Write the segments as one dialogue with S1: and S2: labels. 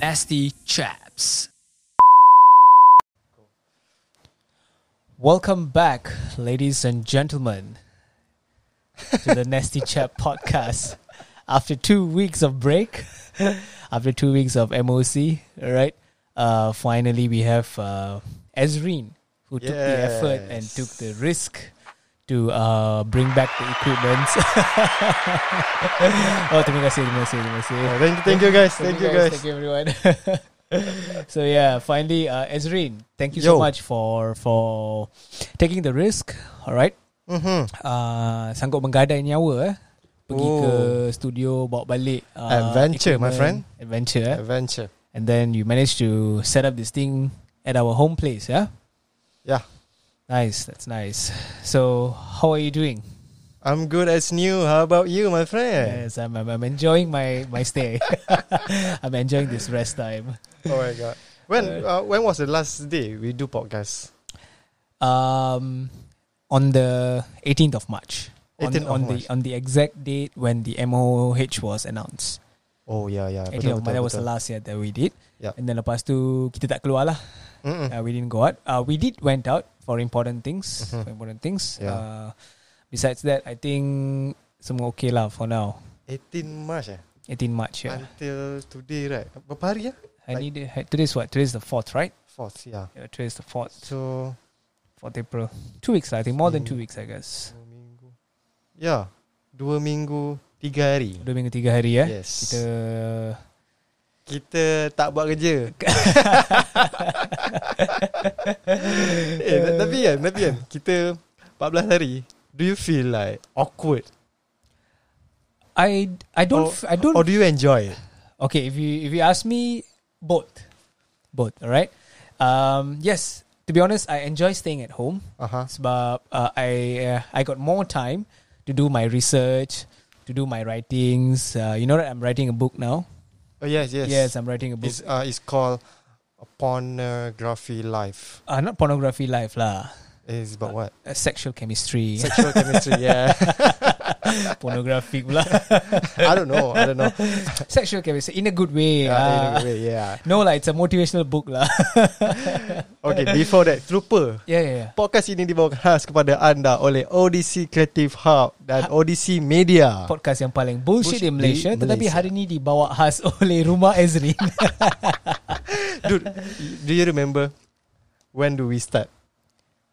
S1: Nasty Chaps.
S2: Welcome back, ladies and gentlemen, to the Nasty Chat podcast. After two weeks of break, after two weeks of MOC, all right, uh, finally we have uh, Ezreen, who took the effort and
S3: Yes.
S2: took the risk to uh, bring back the equipment. oh, terima kasih, terima kasih, terima kasih.
S3: Yeah, thank, thank you guys. Thank, you guys.
S2: Thank you everyone. so yeah, finally, uh, Ezrin, thank you so
S3: Yo.
S2: much for for taking the risk. Alright,
S3: Mm-hmm.
S2: uh, sanggup menggadai nyawa eh. Pergi
S3: Oh.
S2: ke studio bawa balik uh,
S3: Adventure, my
S2: equipment.
S3: friend.
S2: Adventure, eh.
S3: Adventure.
S2: and then you managed to set up this thing at our home place, yeah.
S3: Yeah.
S2: Nice, that's nice. So, how are you doing?
S3: I'm good as new. How about you, my friend?
S2: Yes, I'm, I'm, I'm enjoying my, my stay. I'm enjoying this rest time.
S3: Oh my god. When uh, when was the last day we do podcast?
S2: um, on the 18th of March. On,
S3: 18th of
S2: on
S3: March.
S2: the on the exact date when the MOH was announced.
S3: Oh yeah yeah.
S2: 18th of March that was the last year that we did.
S3: Yeah. Hmm.
S2: And then lepas tu kita tak keluar lah.
S3: Mm-mm.
S2: Uh, we didn't go out. Uh, we did went out for important things.
S3: Mhm.
S2: For important things.
S3: Yeah.
S2: Uh, besides that, I think semua okay lah for now.
S3: 18 March eh.
S2: 18 March. Yeah.
S3: Until today right. Berapa hari ya?
S2: I need uh, today's what? Today's the fourth, right?
S3: Fourth yeah.
S2: Yeah, today's the fourth.
S3: So
S2: Fourth April. Two weeks, lah, I think. More than
S3: Mm.
S2: two weeks, I guess.
S3: dua minggu. Yeah. Dua minggu tiga hari.
S2: Dua minggu tiga hari ya.
S3: Yes.
S2: Kita
S3: Kita tak buat kerja eh, ta- Tapi kan Tapi kan Kita 14 hari Do you feel like Awkward
S2: I I don't
S3: Or-
S2: f- I don't
S3: Or do you enjoy it
S2: okay if you if you ask me both both all right um yes to be honest I enjoy staying at home
S3: uh-huh.
S2: sebab uh, I uh, I got more time to do my research to do my writings uh, you know that I'm writing a book now
S3: Oh yes yes
S2: yes I'm writing a book
S3: It's, uh, it's called Pornography Life
S2: uh, not pornography life lah
S3: It's about what
S2: uh, sexual chemistry
S3: Sexual chemistry Yeah
S2: pornographic lah
S3: I don't know I don't know
S2: sexual chemistry in a good way
S3: yeah,
S2: ah.
S3: in a way, yeah.
S2: no lah it's a motivational book lah
S3: Okay before that Terlupa
S2: yeah yeah, yeah.
S3: Podcast ini dibawa khas kepada anda oleh ODC Creative Hub dan ODC
S2: Ah.
S3: Media.
S2: podcast yang paling bullshit,
S3: Bullshit
S2: di Malaysia,
S3: di
S2: tetapi
S3: Malaysia.
S2: hari ni dibawa khas oleh rumah Ezrin.
S3: Dude, do you remember when do we start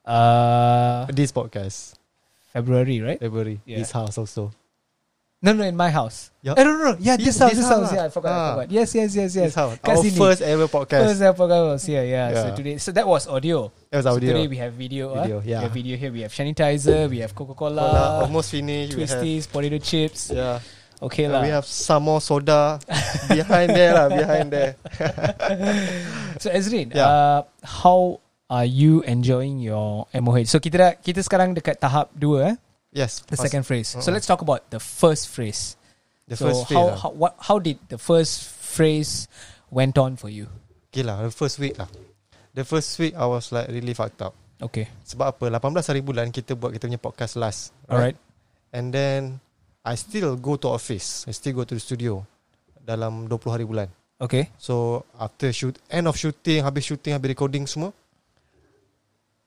S2: uh,
S3: this podcast?
S2: February, right?
S3: February.
S2: Yeah.
S3: This house also.
S2: No, no, in my house.
S3: Yeah.
S2: Eh, no, no, no. Yeah, this,
S3: This-
S2: house,
S3: this
S2: this house.
S3: house
S2: Yeah, I
S3: lah.
S2: forgot, I
S3: Ah.
S2: forgot. Yes, yes, yes, yes.
S3: This house.
S2: Kat
S3: Our
S2: sini.
S3: first ever podcast.
S2: First I forgot I was here. Yeah. So
S3: Yeah.
S2: today, so that was audio.
S3: it was
S2: So
S3: audio.
S2: today we have video. ah.
S3: Video, yeah.
S2: We have video here. We have sanitizer. We have Coca
S3: Cola,
S2: Cola.
S3: almost finished. We have,
S2: Twisties, potato chips.
S3: yeah.
S2: Okay
S3: And
S2: lah.
S3: We have some more soda behind there lah, behind there.
S2: So Ezrin,
S3: Yeah.
S2: uh, how are you enjoying your MOH? So kita dah, kita sekarang dekat tahap dua. Eh?
S3: Yes.
S2: The second phrase. So
S3: Uh-uh.
S2: let's talk about the first phrase.
S3: The
S2: so
S3: first
S2: how,
S3: phase. ah. lah.
S2: how what how did the first phrase went on for you?
S3: Okay lah, the first week lah. The first week I was like really fucked up.
S2: Okay.
S3: Sebab apa? 18 hari bulan kita buat kita punya podcast last.
S2: All right.
S3: And then I still go to office. I still go to the studio dalam 20 hari bulan.
S2: Okay.
S3: So after shoot end of shooting, habis shooting, habis recording semua,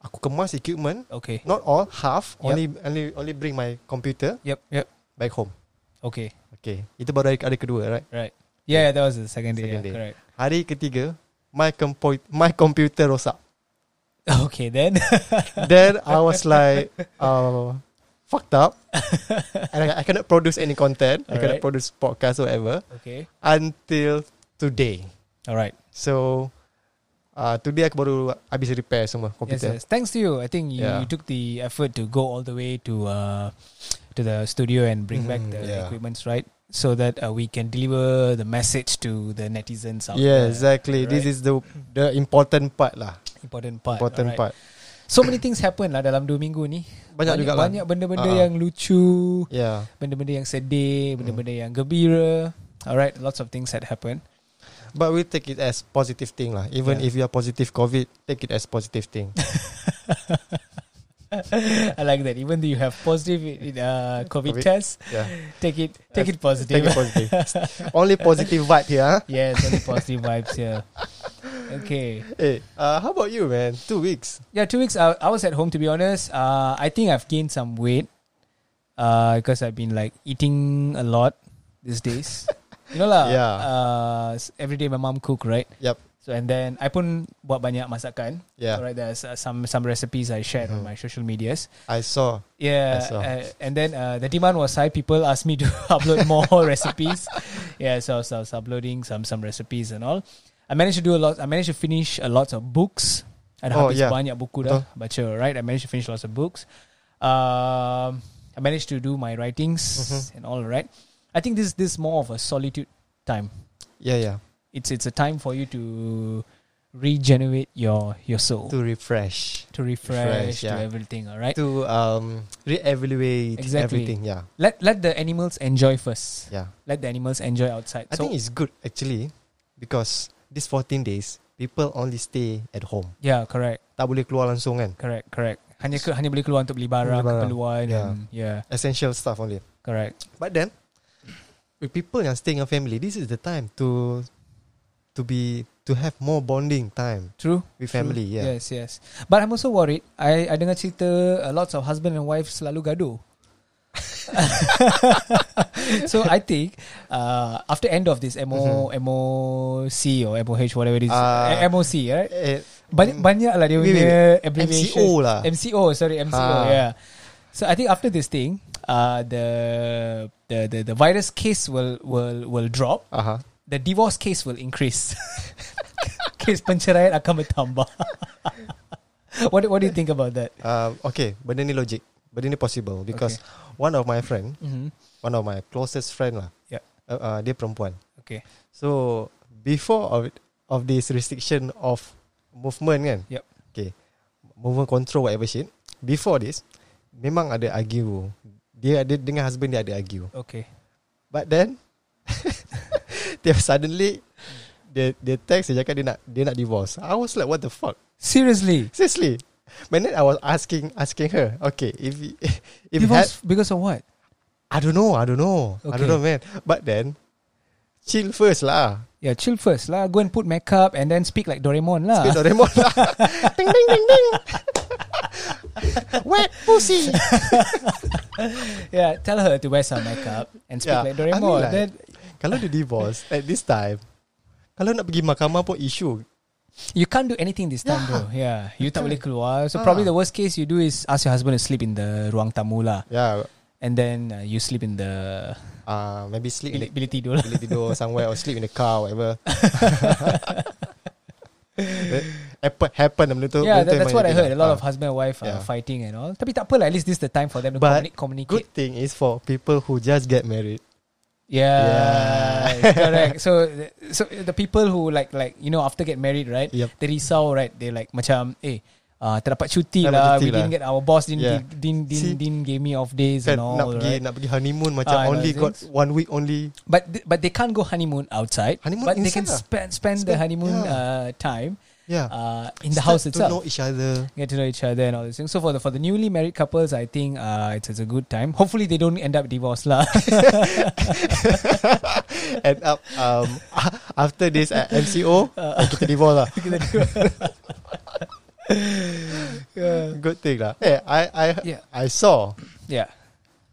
S3: aku kemas equipment,
S2: Okay.
S3: not all, half,
S2: Yep.
S3: only only only bring my computer
S2: Yep. Yep.
S3: back home.
S2: Okay.
S3: Okay, itu baru hari, hari kedua, right?
S2: Right. Yeah, yeah, that was the second day.
S3: Second
S2: yeah,
S3: day.
S2: Correct.
S3: Hari ketiga, my compo- my computer rosak.
S2: Okay then.
S3: Then I was like, uh, fucked up, and I, I cannot produce any content. I cannot
S2: Alright.
S3: produce podcast or whatever
S2: okay.
S3: until today.
S2: All right.
S3: So uh, today aku baru habis repair semua
S2: Yes,
S3: komputer.
S2: yes. Thanks to you. I think you,
S3: Yeah.
S2: you took the effort to go all the way to uh, to the studio and bring back
S3: Mhm,
S2: the
S3: yeah.
S2: equipments, right? So that uh, we can deliver the message to the netizens out
S3: yeah,
S2: there.
S3: exactly. This is the the important part lah.
S2: Important part.
S3: Important
S2: alright.
S3: part.
S2: So many things happen lah dalam dua minggu ni.
S3: Banyak, juga lah.
S2: Banyak kan? benda-benda
S3: Ah, ah.
S2: yang lucu.
S3: Yeah.
S2: benda-benda yang sedih, benda-benda yang gembira. Alright, lots of things had happened.
S3: But we take it as positive thing lah. Even
S2: Yeah.
S3: if you are positive COVID, take it as positive thing.
S2: I like that. Even though you have positive in, uh, COVID,
S3: COVID.
S2: test,
S3: Yeah.
S2: take it take it
S3: Take
S2: positive.
S3: it positive. Only positive vibe here. Huh?
S2: yes, only positive vibes here. Okay.
S3: Hey, uh, how about you, man? Two weeks.
S2: Yeah, two weeks. I, I was at home to be honest. Uh, I think I've gained some weight. Uh, because I've been like eating a lot these days. you know lah.
S3: Yeah.
S2: Uh, s- every day my mom cook right.
S3: Yep.
S2: So and then I pun buat banyak masakan.
S3: Yeah.
S2: Alright, there's uh, some some recipes I shared on
S3: Mhm.
S2: my social medias.
S3: I saw.
S2: Yeah,
S3: I saw.
S2: uh, and then uh, the demand was high. People asked me to upload more recipes. Yeah, so I was, I was uploading some some recipes and all. I managed to do a lot. I managed to finish a lot of books. And
S3: Oh,
S2: habis
S3: yeah. Uh-huh.
S2: banyak buku dah baca, right? I managed to finish lots of books. Um, I managed to do my writings and
S3: Mhm.
S2: all, right? I think this this is more of a solitude time.
S3: Yeah, yeah.
S2: It's it's a time for you to regenerate your your soul, to,
S3: To refresh.
S2: refresh,
S3: refresh, yeah.
S2: to everything. All right.
S3: To um reevaluate
S2: Exactly.
S3: everything. Yeah.
S2: let let the animals enjoy first.
S3: Yeah.
S2: let the animals enjoy outside.
S3: I
S2: so
S3: think it's good actually because these 14 days people only stay at home.
S2: yeah, correct,
S3: Tak boleh keluar langsung kan.
S2: correct, corect. Hanya ke, hanya boleh keluar untuk beli barang,
S3: Beli barang.
S2: keperluan.
S3: Yeah.
S2: and- yeah,
S3: Essential stuff only.
S2: correct.
S3: But then with people yang staying a family, this is the time to to be to have more bonding time
S2: True. true.
S3: with family. Yeah.
S2: Yes, yes. But I'm also worried. I I dengar cerita uh, lots of husband and wife selalu gaduh. so I think uh, after end of this MO
S3: Mm-hmm.
S2: MOC or MOH whatever it is
S3: Ah.
S2: uh, MOC right
S3: Eh,
S2: banyak
S3: mm,
S2: banyak lah dia
S3: Wait, wait,
S2: punya abbreviation
S3: MCO lah.
S2: MCO, sorry, MCO.
S3: Ah.
S2: Yeah. So I think after this thing, uh, the, the the the virus case will will will drop.
S3: Aha.
S2: The divorce case will increase. case penceraian akan bertambah. what do- what do you think about that?
S3: Um, okay, benda ni logic. Benda ni possible because one of my friend,
S2: Mm-hmm.
S3: one of my closest friend lah.
S2: Yeah.
S3: Uh, uh, dia perempuan.
S2: Okay.
S3: So before of of this restriction of movement kan.
S2: Yup.
S3: Okay. Movement control whatever shit. Before this, memang ada argue. Dia ada dengan husband dia ada argue.
S2: Okay.
S3: But then dia suddenly dia dia text dia cakap dia nak dia nak divorce. I was like what the fuck?
S2: Seriously.
S3: Seriously. But then I was asking asking her, okay, if if it had,
S2: Divorce because of what?
S3: I don't know, I don't know. I
S2: Okay.
S3: don't know man. But then chill first lah.
S2: Yeah, chill first lah. Go and put makeup and then speak like Doraemon lah.
S3: Speak Doraemon lah. ding ding ding ding. Wet pussy.
S2: yeah, tell her to wear some makeup and speak
S3: Yeah,
S2: like
S3: I mean
S2: Doraemon.
S3: like-
S2: then
S3: kalau dia divorce at this time, kalau nak pergi mahkamah pun isu.
S2: You can't do anything this time,
S3: Yeah.
S2: bro. Yeah, you tak
S3: Betul.
S2: boleh keluar. So
S3: Ah.
S2: probably the worst case you do is ask your husband to sleep in the ruang tamu lah,
S3: Yeah,
S2: and then uh, you sleep in the
S3: uh, maybe sleep in the
S2: bilik, bilik tidur lah.
S3: bilik tidur somewhere or sleep in the car whatever. happen happen benda tu.
S2: Yeah, that,
S3: benda tu
S2: that's
S3: memang
S2: what I
S3: jadi
S2: heard. A
S3: lah.
S2: lot
S3: Ah.
S2: of husband and wife uh,
S3: Yeah.
S2: fighting and all. Tapi tak apa lah. At least this is the time for them to
S3: But
S2: communi- communicate.
S3: Ah, Good thing is for people who just get married.
S2: Yeah,
S3: Yeah.
S2: correct. So, so the people who like like you know after get married, right?
S3: Yep.
S2: They risau, right? They like macam eh. Uh, terdapat cuti
S3: Terdapat
S2: lah. We
S3: cuti lah.
S2: didn't get our boss didn't
S3: Yeah.
S2: gi- didn't didn't,
S3: See?
S2: didn't give me off days and
S3: Kan
S2: all.
S3: nak pergi
S2: right?
S3: nak pergi honeymoon macam
S2: Ah, I know
S3: only
S2: things.
S3: got one week only.
S2: But th- but they can't go honeymoon outside.
S3: Honeymoon
S2: but they can
S3: inside lah.
S2: spend spend the
S3: Spend-
S2: honeymoon
S3: yeah.
S2: uh, time
S3: Yeah.
S2: uh, in the
S3: Start
S2: house itself.
S3: To know each other.
S2: Get to know each other and all these things. So for the for the newly married couples, I think uh, it's, it's a good time. Hopefully they don't end up divorced lah.
S3: End up um, after this at MCO
S2: Ah.
S3: uh, kita divorce lah.
S2: yeah.
S3: Good thing lah. Eh, I I
S2: Yeah.
S3: I saw.
S2: yeah.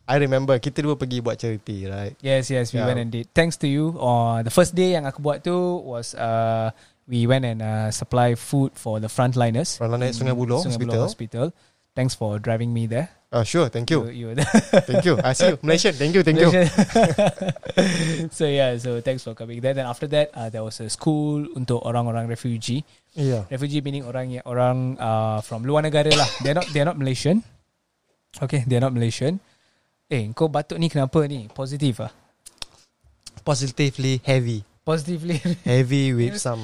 S3: I remember kita dua pergi buat charity, right?
S2: Yes, yes, we
S3: Yeah.
S2: went and did. Thanks to you. On the first day yang aku buat tu was uh, we went and uh, supply food for the frontliners.
S3: From Lanai Sungai Buloh
S2: Sungai
S3: Hospital.
S2: Hospital. Thanks for driving me there.
S3: Uh, sure, thank you.
S2: you, you
S3: Thank you. I see you. Malaysian, thank you, thank you.
S2: so yeah, so thanks for coming there. Then after that, uh, there was a school untuk orang-orang refugee.
S3: Yeah.
S2: Refugee meaning orang yang orang uh, from luar negara lah. They're not they're not Malaysian. Okay, they're not Malaysian. Eh, kau batuk ni kenapa ni? Positif ah.
S3: Positively heavy.
S2: Positively.
S3: Heavy with some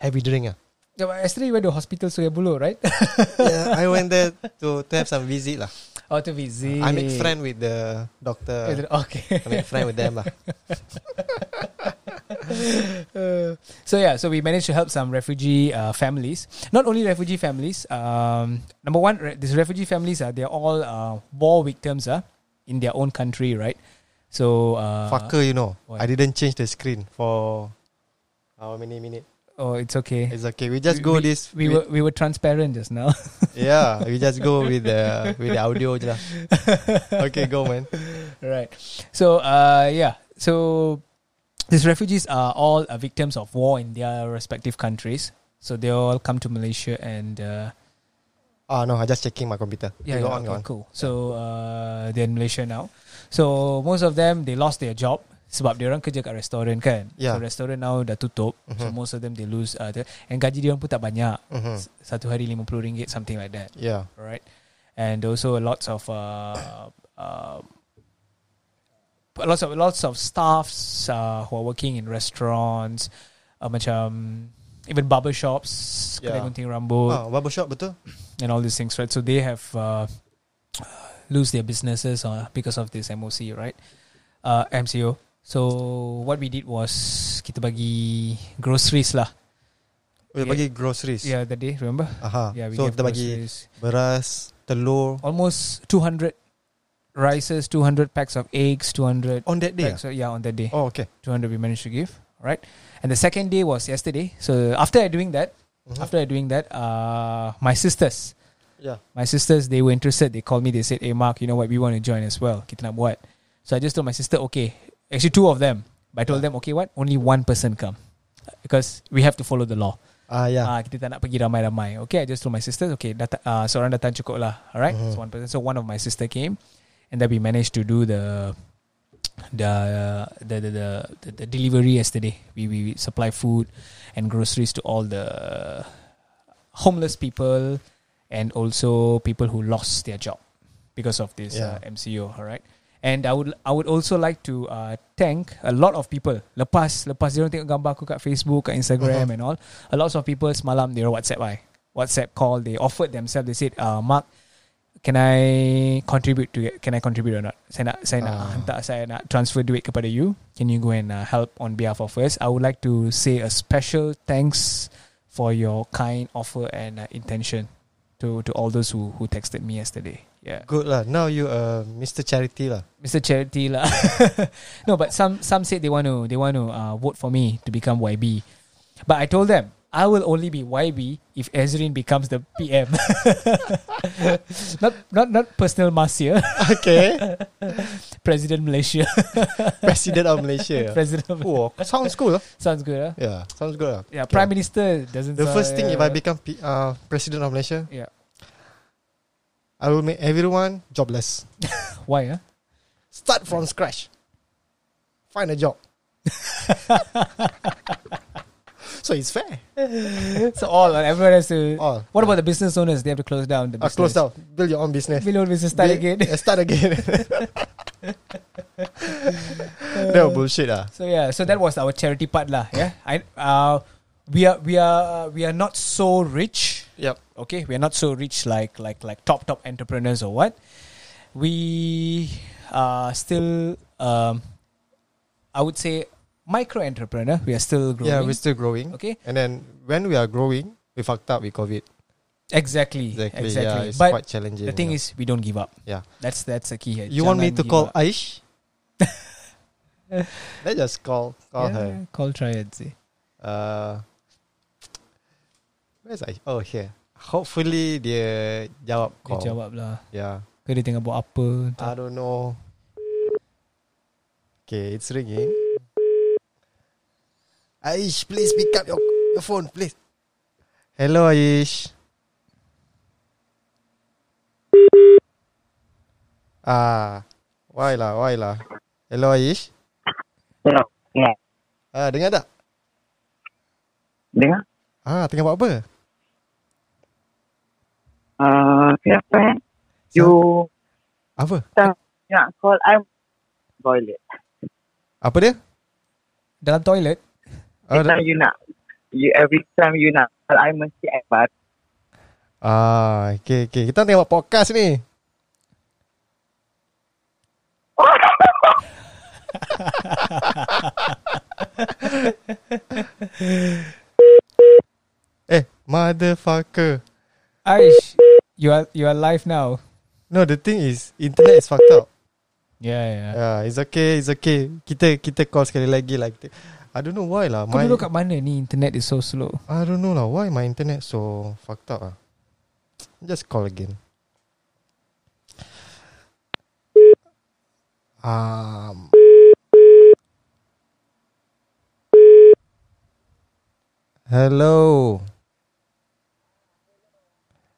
S3: heavy drink ah.
S2: Yeah, but yesterday you went to hospital Sungai Buloh, right?
S3: yeah, I went there to, to have some visit lah.
S2: oh, to visit.
S3: I make friend with the doctor.
S2: Okay.
S3: I make friend with them lah.
S2: Uh, so yeah, so we managed to help some refugee uh, families. Not only refugee families. Um, number one, re- these refugee families are they're all uh, war victims uh, in their own country, right? So uh,
S3: Fucker, you know.
S2: What?
S3: I didn't change the screen for how many minutes?
S2: Oh, it's okay.
S3: It's okay. We
S2: We-
S3: just go this.
S2: We were we were transparent just now.
S3: yeah. We just go with the with the audio, je lah. Okay, go man.
S2: right. So uh, yeah. So these refugees are all uh, victims of war in their respective countries. So they all come to Malaysia and. Uh,
S3: Ah no, I just checking my computer.
S2: Yeah,
S3: Okay, go
S2: yeah,
S3: on, go
S2: okay,
S3: on.
S2: cool. So uh, they're in Malaysia now. So most of them they lost their job sebab dia orang kerja kat restoran kan.
S3: Yeah.
S2: So restoran now dah tutup. So
S3: Mhm.
S2: most of them they lose uh, the, and gaji dia orang pun tak banyak.
S3: Mhm.
S2: S- Satu hari RM50 something like that,
S3: Yeah.
S2: right? And also lots of uh, uh, lots of lots of staffs uh, who are working in restaurants uh, macam even barber shops, kedai
S3: Yeah.
S2: gunting rambut
S3: Ah, barbershop betul?
S2: and all these things, right? So they have uh, lose their businesses uh, because of this MOC, right? Uh, MCO. So what we did was kita bagi groceries lah. Yeah.
S3: We Oh, bagi groceries.
S2: Yeah, that day remember?
S3: Aha.
S2: Yeah, we
S3: Uh, so
S2: gave
S3: kita bagi
S2: groceries.
S3: beras, telur
S2: almost 200 rices, 200 packs of eggs, 200
S3: on that day.
S2: packs. Of, yeah, on that day,
S3: ah? Oh, okay.
S2: 200 we managed to give, right? And the second day was yesterday. So after I doing that,
S3: Mhm.
S2: after I doing that, uh, my sisters
S3: yeah.
S2: My sisters, they were interested. They called me. They said, "Hey, Mark, you know what? We want to join as well. Kita nak buat." So I just told my sister, "Okay." Actually, two of them. But I told them, "Okay, what? Only one person come, because we have to follow the law.
S3: Ah yeah.
S2: Ah, kita tak nak pergi ramai-ramai. Okay, I just told my sisters, okay, data, uh, seorang datang cukup lah. Alright,
S3: Mhm.
S2: so one person. So one of my sister came, and then we managed to do the the the the, the, the, the delivery yesterday. We, we we supply food and groceries to all the homeless people and also people who lost their job because of this
S3: Yeah.
S2: uh, MCO. Alright. And I would I would also like to uh, thank a lot of people. Lepas lepas dia orang tengok gambar aku kat Facebook, kat Instagram
S3: Mhm.
S2: and all. A lot of people semalam they WhatsApp I. WhatsApp call they offered themselves. They said, uh, Mark, can I contribute to can I contribute or not? Saya nak saya nak
S3: Ah.
S2: hantar saya nak transfer duit kepada you. Can you go and uh, help on behalf of us? I would like to say a special thanks for your kind offer and uh, intention to to all those who who texted me yesterday. Yeah.
S3: Good lah. Now you uh Mr. Charity lah.
S2: Mr. Charity lah. no, but some some said they want to they want to uh, vote for me to become YB, but I told them I will only be YB if Ezrin becomes the PM. not not not personal Masya,
S3: Okay.
S2: President Malaysia,
S3: President of Malaysia.
S2: President. Of
S3: Oh, sounds cool. Lah.
S2: Sounds good, huh?
S3: Yeah, sounds good. Lah.
S2: Yeah,
S3: Okay.
S2: Prime Minister doesn't.
S3: The
S2: sound-
S3: first thing,
S2: yeah.
S3: if I become P- uh, president of Malaysia,
S2: Yeah.
S3: I will make everyone jobless.
S2: Why? Huh?
S3: Start from scratch. Find a job. so it's fair.
S2: so all everyone has to.
S3: All.
S2: What about the business owners? They have to close down the
S3: Oh. Uh,
S2: business.
S3: close down. Build your own business.
S2: Below business start
S3: Build-
S2: again.
S3: Uh, start again. no bullshit lah.
S2: So yeah, so that was our charity part lah. Yeah, I uh, we are we are we are not so rich.
S3: Yep.
S2: Okay, we are not so rich like like like top top entrepreneurs or what. We are still, um, I would say, micro entrepreneur. We are still growing.
S3: Yeah, we're still growing.
S2: okay,
S3: And then when we are growing, we fucked up with COVID.
S2: exactly,
S3: Exactly.
S2: exactly.
S3: Yeah, it's
S2: but
S3: quite challenging.
S2: the thing
S3: yeah.
S2: is, we don't give up.
S3: Yeah.
S2: that's that's the key here.
S3: You want me
S2: Jangan
S3: to
S2: give
S3: call
S2: up.
S3: Aish? Let's just call call
S2: Yeah,
S3: her.
S2: Call Triad. see.
S3: Uh, where's Aish? Oh here. Hopefully dia jawab
S2: Dia
S3: call. Ah.
S2: jawab lah.
S3: Yeah.
S2: Kau dia tengah buat apa? entah.
S3: I don't know. Okay, it's ringing. Aish, please pick up your your phone, please. Hello, Aish. Ah, why lah, why lah. Hello, Aish.
S4: Dengar. Dengar.
S3: Ah, dengar tak?
S4: Dengar.
S3: Ah, tengah buat apa?
S4: Uh, kenapa eh? You
S3: Apa?
S4: nak call I'm toilet.
S3: Apa dia?
S2: Dalam toilet.
S3: Ah,
S4: Every time you nak you every time you nak call I mesti I baru.
S3: ah okay, okay. Kita tengah buat podcast ni. Eh, motherfucker.
S2: Aish, you are you are live now.
S3: No, the thing is, internet is fucked up.
S2: Yeah, yeah.
S3: Yeah, Ya, it's okay, it's okay. Kita kita call sekali lagi like th- I don't know why lah.
S2: Kau
S3: My,
S2: duduk kat mana ni? Internet is so slow.
S3: I don't know lah why my internet so fucked up ah. Just call again. Um Hello.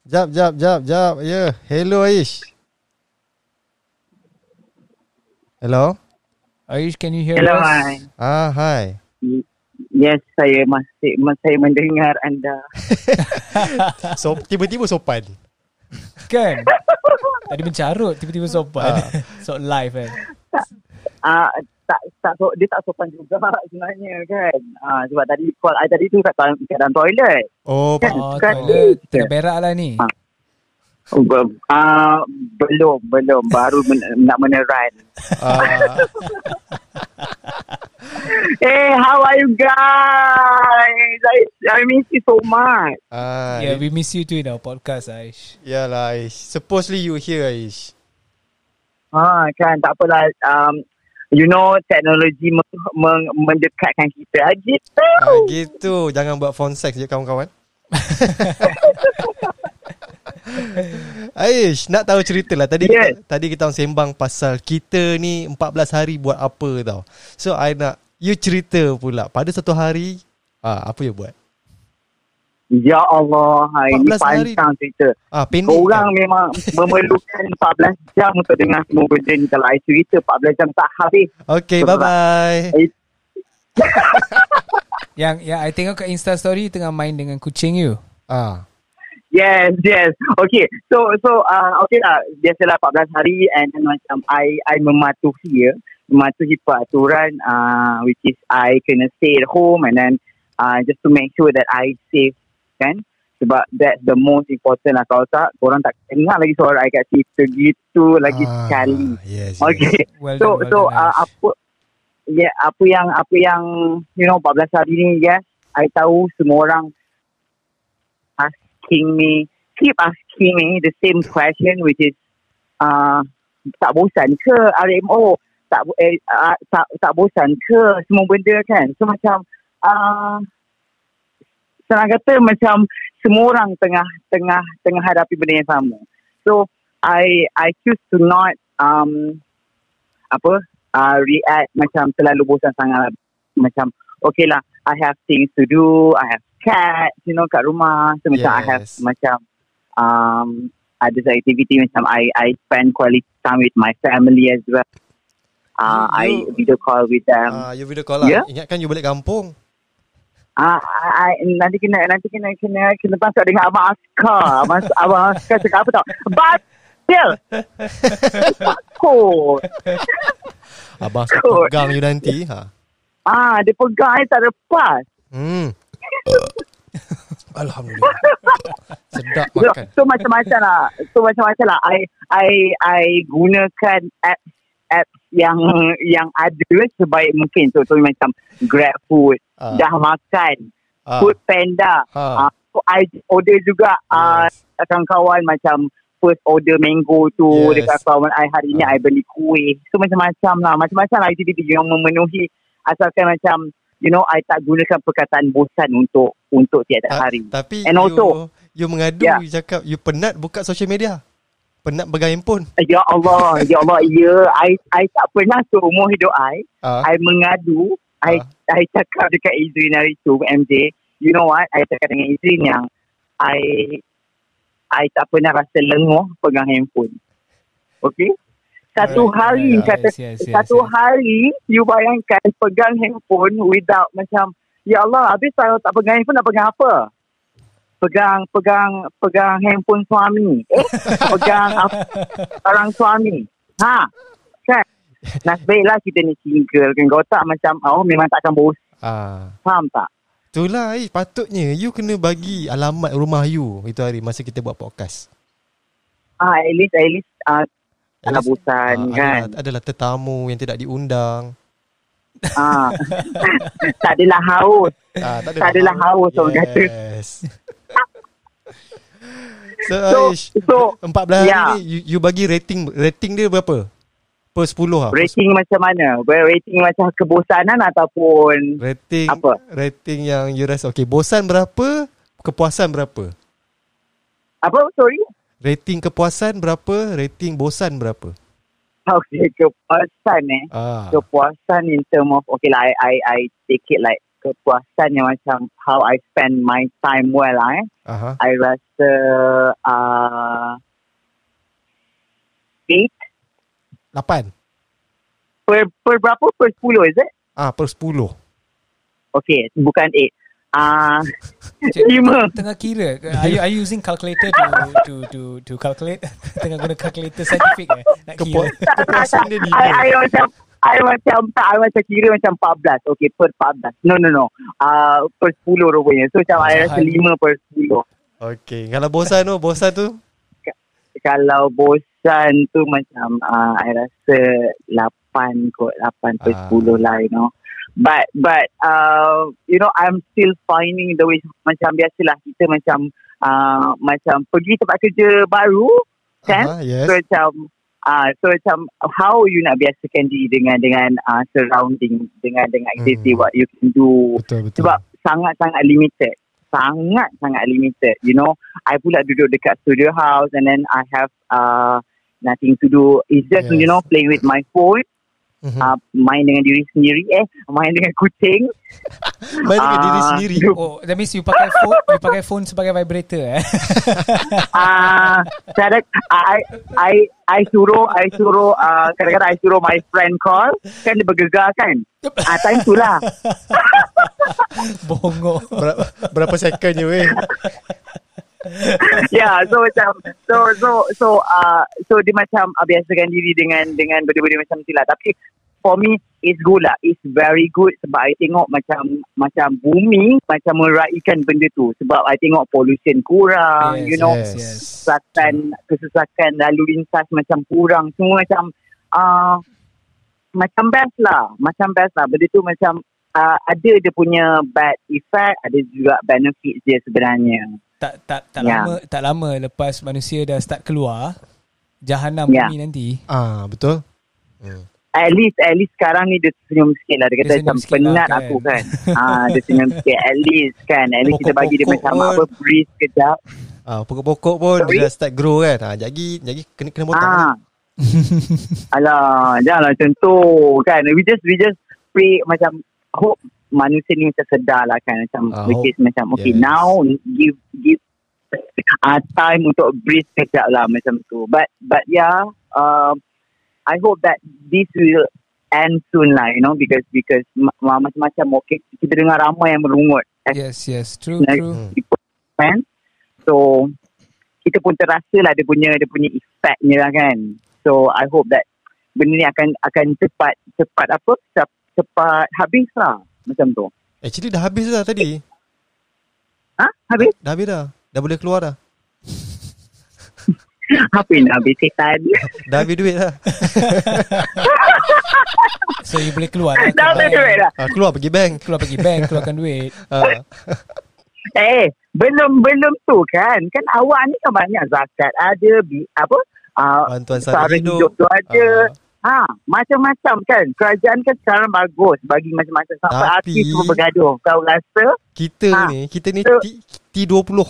S3: Jap, jap, jap, jap. Yeah. Hello, Aish. Hello.
S2: Aish, can you hear
S4: Hello,
S2: us?
S4: hi.
S3: Ah, hi.
S4: Y- Yes, saya masih ma- saya mendengar anda.
S3: So, tiba-tiba sopan.
S2: Kan? Tadi mencarut, tiba-tiba sopan. so live kan.
S4: Ah, tak tak so, dia tak sopan juga sebenarnya kan. Ah, sebab tadi call I tadi tu kat dalam, kat dalam toilet.
S3: Oh,
S4: Kan?
S2: Oh,
S4: Kan?
S2: toilet. Tengah berak lah ni.
S4: Ah. Be- Ah, belum belum baru men- nak meneran.
S3: uh,
S4: Hey, how are you guys? I, I miss you so much.
S3: Ah,
S2: Yeah, we miss you too in our podcast, Aish.
S3: yeah lah. Aish. Supposedly you here, Aish.
S4: Ha, kan tak apalah um, you know teknologi meng- meng- mendekatkan kita. Ah, gitu.
S3: Ah, gitu. Jangan buat phone sex je kawan-kawan. Aish, nak tahu cerita lah. Tadi
S4: Yes.
S3: kita, tadi kita orang sembang pasal kita ni 14 hari buat apa tau. So, I nak you cerita pula. Pada satu hari, ah, apa you buat?
S4: Ya Allah, hari ni
S3: 14 hari.
S4: panjang cerita.
S3: Ah, pendek.
S4: Korang memang memerlukan 14 jam untuk dengar semua benda ni. Kalau I cerita 14 jam tak habis.
S3: Okay, bye-bye.
S4: Eh,
S2: Yang yang I tengok kat Insta story tengah main dengan kucing you.
S3: Ah,
S4: Yes, yes. Okay. So, so uh, okay lah. Biasalah 14 hari and then macam I, I mematuhi ya. Mematuhi peraturan uh, which is I kena stay at home and then uh, just to make sure that I save kan. Sebab that's the most important lah. Kalau tak, korang tak dengar lagi suara I kat cerita gitu lagi
S3: ah,
S4: sekali.
S3: Yes, yes.
S4: Okay.
S2: Well
S4: so
S2: done, well
S4: so
S2: done, Aish.
S4: uh, apa ya yeah, apa yang apa yang you know 14 hari ni yes I tahu semua orang asking me keep asking me the same question which is uh, tak bosan ke RMO tak bo- eh, uh, tak tak bosan ke semua benda kan so macam uh, senang kata macam semua orang tengah tengah tengah hadapi benda yang sama so I I choose to not um, apa uh, react macam terlalu bosan sangat lah. macam okay lah I have things to do I have cats you know kat rumah so macam I have
S3: Yes.
S4: macam um, others activity macam I I spend quality time with my family as well uh, I
S3: You- you-
S4: video call with them
S3: Ah, you video call lah.
S4: Yeah.
S3: Ingatkan you balik kampung.
S4: Ah, I, I, nanti kena nanti kena kena kena bangsa dengan abang Askar. Abang, abang Askar cakap apa tau? Batil. Takut.
S3: Abang
S4: Kot.
S3: pegang you nanti. Ha.
S4: Ah, dia pegang saya tak lepas.
S3: Hmm. Alhamdulillah. Sedap
S4: Ya.
S3: makan.
S4: So, so macam-macam lah. So macam-macam lah. I I I gunakan apps apps yang yang ada sebaik mungkin. So, so macam Grab Food,
S3: Ah.
S4: dah makan,
S3: Ah.
S4: Food Panda.
S3: Ah.
S4: Ah. so I order juga ah uh, kawan-kawan macam first order mango tu
S3: Yes.
S4: yes. Ah. dekat kawan I hari ni I beli kuih. So macam-macam lah, macam-macam lah aktiviti yang memenuhi asalkan macam you know I tak gunakan perkataan bosan untuk untuk tiap-tiap
S3: Ta-
S4: hari.
S3: Tapi
S4: And
S3: you,
S4: also- ya.
S3: you mengadu,
S4: Yeah.
S3: you cakap you penat buka social media. Penat pegang handphone.
S4: Ya Allah, ya Allah, ya I I tak pernah seumur hidup I
S3: Ah.
S4: I mengadu, I I cakap dekat Izrin hari tu MJ, you know what? I cakap dengan Izrin yang I I tak pernah rasa lenguh pegang handphone. Okay? Satu
S3: Alright,
S4: hari
S2: alright,
S4: kata
S2: yes, yes,
S4: satu
S2: yes.
S4: hari you bayangkan pegang handphone without macam ya Allah, habis kalau tak pegang handphone nak pegang apa? Pegang pegang pegang handphone suami. Eh, pegang apa? Orang suami. Ha. Kan? Nasib baiklah kita ni single kan. Kau tak macam, oh memang takkan bosan.
S3: Ah.
S4: Faham tak?
S3: Itulah eh, patutnya you kena bagi alamat rumah you itu hari masa kita buat podcast.
S4: Ah, at least, at least, ah, tak
S3: At least-
S4: bosan
S3: Ah,
S4: kan.
S3: adalah, adalah tetamu yang tidak diundang.
S4: Ah. tak adalah haus.
S3: Ah, tak
S4: Tak adalah haus, orang kata.
S3: Yes. so,
S4: So, ya.
S3: Aish,
S4: so
S3: 14 hari
S4: yeah.
S3: ni you, you bagi rating rating dia berapa? Per 10 lah. Per
S4: rating macam mana? Well, Rating macam kebosanan ataupun
S3: Rating
S4: Apa?
S3: Rating yang you rasa Okay bosan berapa Kepuasan berapa
S4: apa sorry?
S3: Rating kepuasan berapa Rating bosan berapa
S4: Okay, kepuasan eh.
S3: ah.
S4: Kepuasan in term of okay lah, I, I I take it like kepuasan yang macam how I spend my time well lah eh.
S3: Aha.
S4: I rasa uh, eight
S3: Lapan
S4: per, per berapa per sepuluh is it?
S3: Ah per sepuluh
S4: Okay, bukan eight. Ah,
S2: Cik,
S4: lima.
S2: Tengah kira ke? Are you, are you using calculator to to to to calculate? Tengah guna calculator scientific eh? Nak kira.
S3: Kepu- Kepuasan dia lima
S4: I, I macam I macam tak, I macam kira macam 14. Okay, per 14. No, no, no. Uh, per 10 rupanya. So, macam I rasa
S2: Hai.
S4: 5 per 10.
S3: Okay Kalau bosan tu Bosan tu
S4: Kalau bosan tu macam uh, I rasa 8 kot. 8 per
S3: Ah.
S4: 10 lah, you know. But, but uh, you know, I'm still finding the way macam biasalah kita macam uh, macam pergi tempat kerja baru
S3: Aha,
S4: kan
S3: Yes
S4: So macam ah uh, so macam how you nak biasakan diri dengan dengan uh, surrounding dengan dengan activity
S3: Hmm.
S4: what you can do
S3: Betul betul
S4: sebab sangat-sangat limited sangat-sangat limited you know I pula duduk dekat studio house and then I have uh, nothing to do it's just
S3: Yes.
S4: you know playing with my phone
S3: Mhm.
S4: uh, main dengan diri sendiri eh main dengan kucing
S3: Main dengan diri
S4: ah,
S3: sendiri
S2: Oh, that means you pakai phone, you pakai phone sebagai vibrator eh?
S4: Ah, kadang I I I suruh I suruh uh, kadang-kadang I suruh my friend call kan dia bergegar kan. Ah time tu lah.
S2: Bongo.
S3: Berapa, berapa second je weh
S4: yeah, Ya, so macam so so so uh, so dia macam uh, biasakan diri dengan dengan benda-benda macam tu lah. Tapi for me it's good lah. It's very good sebab I tengok macam macam bumi macam meraikan benda tu sebab I tengok pollution kurang, yes, Um, you know.
S3: yes.
S4: kesesakan kesesakan lalu lintas macam kurang semua macam uh, macam best lah macam best lah benda tu macam uh, ada dia punya bad effect ada juga benefit dia sebenarnya
S2: tak tak tak
S4: Ya.
S2: lama tak lama lepas manusia dah start keluar jahanam
S4: Ya.
S2: bumi nanti
S3: Ah betul Hmm.
S4: at least at least sekarang ni dia senyum sikit lah dia kata
S2: Dia senyum
S4: macam
S2: sikit lah,
S4: penat
S2: kan?
S4: aku kan ah dia senyum sikit at least kan at least kita bagi dia
S3: Pokok-pokok
S4: macam
S3: pun.
S4: apa breeze kejap
S3: Ah, pokok-pokok pun
S4: Sorry?
S3: dia dah start grow kan. Ah, jadi jadi kena kena botak. Ah.
S4: Ah. Alah, janganlah macam tu kan. We just we just pray macam hope manusia ni macam sedar lah kan macam
S3: Ah,
S4: which is macam okay
S3: yes.
S4: now give give uh, time untuk breathe sekejap lah macam tu. But but yeah, um, I hope that this will end soon lah you know because because ma- ma- macam-macam okay kita dengar ramai yang merungut
S2: yes yes true
S4: Like-
S2: true
S3: Hmm.
S4: kan. So kita pun terasa lah dia punya dia punya effectnya lah kan. So I hope that benda ni akan akan cepat cepat apa cepat, cepat habis lah macam tu.
S3: Actually dah habis dah tadi.
S4: Ha? Habis?
S3: Dah habis dah. Dah boleh keluar dah.
S4: Apa yang nak habis setan?
S3: Dah habis duit dah.
S2: so you boleh keluar lah,
S4: Dah habis duit dah.
S3: Ah, keluar pergi bank.
S2: keluar pergi bank keluarkan duit
S3: Ah.
S4: Eh, belum belum tu kan. Kan awak ni kan banyak zakat ada bi, apa? Uh,
S3: Bantuan sara hidup.
S4: tu ada. Ha, macam-macam kan. Kerajaan kan sekarang bagus bagi macam-macam sampai
S3: Tapi-
S4: artis semua bergaduh. Kau rasa?
S3: Kita
S4: Ah.
S3: ni, kita ni
S4: So-
S3: T- T20.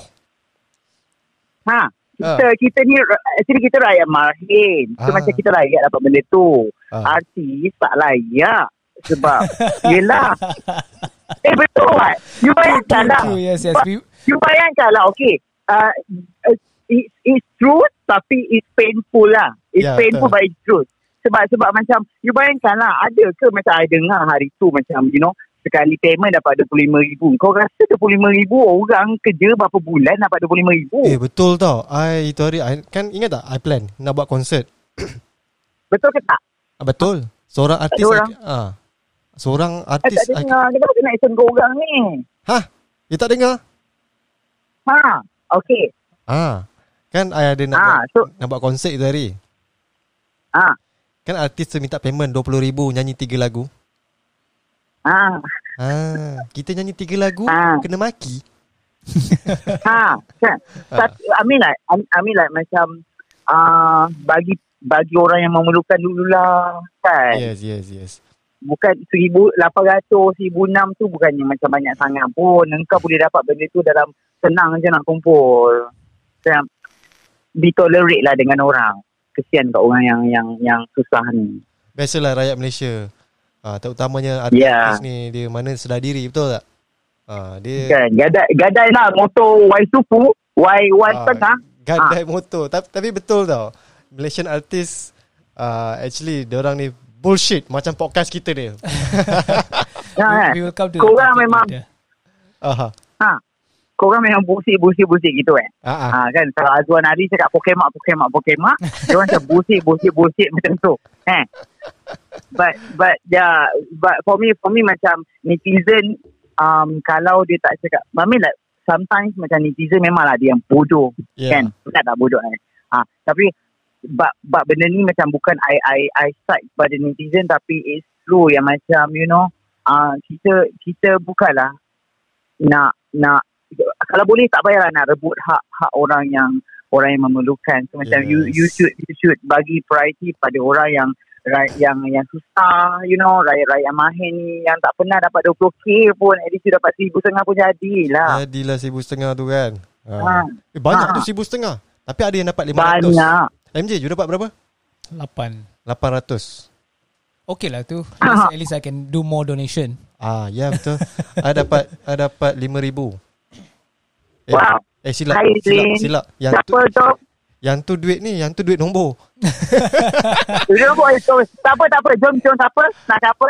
S4: Ha, kita kita ni actually kita rakyat marhin. So
S3: Ah.
S4: macam kita rakyat dapat benda tu.
S3: Ah.
S4: Artis tak layak sebab yelah. Eh betul kan? You bayangkan lah.
S2: true yes yes we,
S4: You bayangkan lah. Okay. Uh, uh, it, it's true tapi it's painful lah. It's
S3: Ya,
S4: painful
S3: betul.
S4: but it's true. Sebab sebab macam you bayangkan lah. Ada ke macam I dengar hari tu macam you know sekali payment dapat RM25,000. Kau rasa RM25,000 orang kerja berapa bulan dapat RM25,000?
S3: Eh betul tau. I itu hari I, kan ingat tak I plan nak buat konsert.
S4: Betul ke tak?
S3: Ah, betul. Seorang artis
S4: orang.
S3: I, ah. Seorang
S4: I
S3: artis
S4: tak
S3: I,
S4: dengar. Kenapa kena action kau orang ni?
S3: Ha? You tak dengar?
S4: Ha. Okey.
S3: Ah. Kan I ada nak buat,
S4: Ah, so-
S3: nak buat konsert itu hari.
S4: Ha.
S3: Kan artis tu minta payment RM20,000 nyanyi 3 lagu.
S4: Ah,
S3: Ah, kita nyanyi tiga lagu
S4: Ah.
S3: kena maki.
S4: ha, kan. Satu, I mean like, I, I mean like macam uh, bagi bagi orang yang memerlukan dululah kan.
S3: Yes, yes, yes.
S4: bukan 1800 1600 tu bukannya macam banyak sangat pun engkau boleh dapat benda tu dalam senang je nak kumpul macam be tolerate lah dengan orang kesian kat orang yang yang yang susah ni
S3: Biasalah rakyat Malaysia. Ah, terutamanya artis
S4: Yeah.
S3: ni dia mana sedar diri betul tak? Ah, dia
S4: kan gadai gadai lah motor Y supu Y Y
S3: Ah,
S4: setengah
S3: Gadai motor tapi, tapi betul tau Malaysian artist uh, Actually Diorang ni Bullshit Macam podcast kita ni
S4: kan
S2: We, we will come to the
S4: korang
S2: topic
S4: memang
S2: later.
S3: Aha.
S4: ha korang memang busik-busik-busik gitu eh
S3: Ah, ah.
S4: Ha, kan kalau Azwan Hari cakap pokemak pokemak pokemak dia orang macam busik busik busik macam tu eh but but yeah but for me for me macam netizen um, kalau dia tak cakap I mean like sometimes macam netizen memanglah dia yang bodoh
S3: Yeah.
S4: kan tak tak bodoh kan ha, tapi but, but benda ni macam bukan I I I strike pada netizen tapi it's true yang macam you know uh, kita kita bukanlah nak nak kalau boleh tak payahlah nak rebut hak hak orang yang orang yang memerlukan so macam you
S3: Yes.
S4: you should you should bagi priority pada orang yang ra- yang yang susah you know rakyat-rakyat mahin ni yang tak pernah dapat 20k pun at least you dapat 1,500 pun lah. jadilah
S3: Jadilah seribu setengah tu kan ah.
S4: Ah.
S3: eh, Banyak
S4: Ah.
S3: tu seribu setengah Tapi ada yang dapat lima ratus
S4: banyak
S3: MJ you dapat berapa?
S2: Lapan.
S3: Lapan ratus
S2: Okay lah tu. At least, at least I can do more donation.
S3: Ah, ya yeah, betul. I dapat I dapat 5000. Eh,
S4: Wow.
S3: Eh silap,
S4: Hai,
S3: silap,
S4: Zin.
S3: silap. Yang tu
S4: siapa tu
S3: yang tu duit ni, yang tu duit nombor.
S4: Jom boy, so, tak apa, tak apa. Jom, jom, tak apa. Nak apa?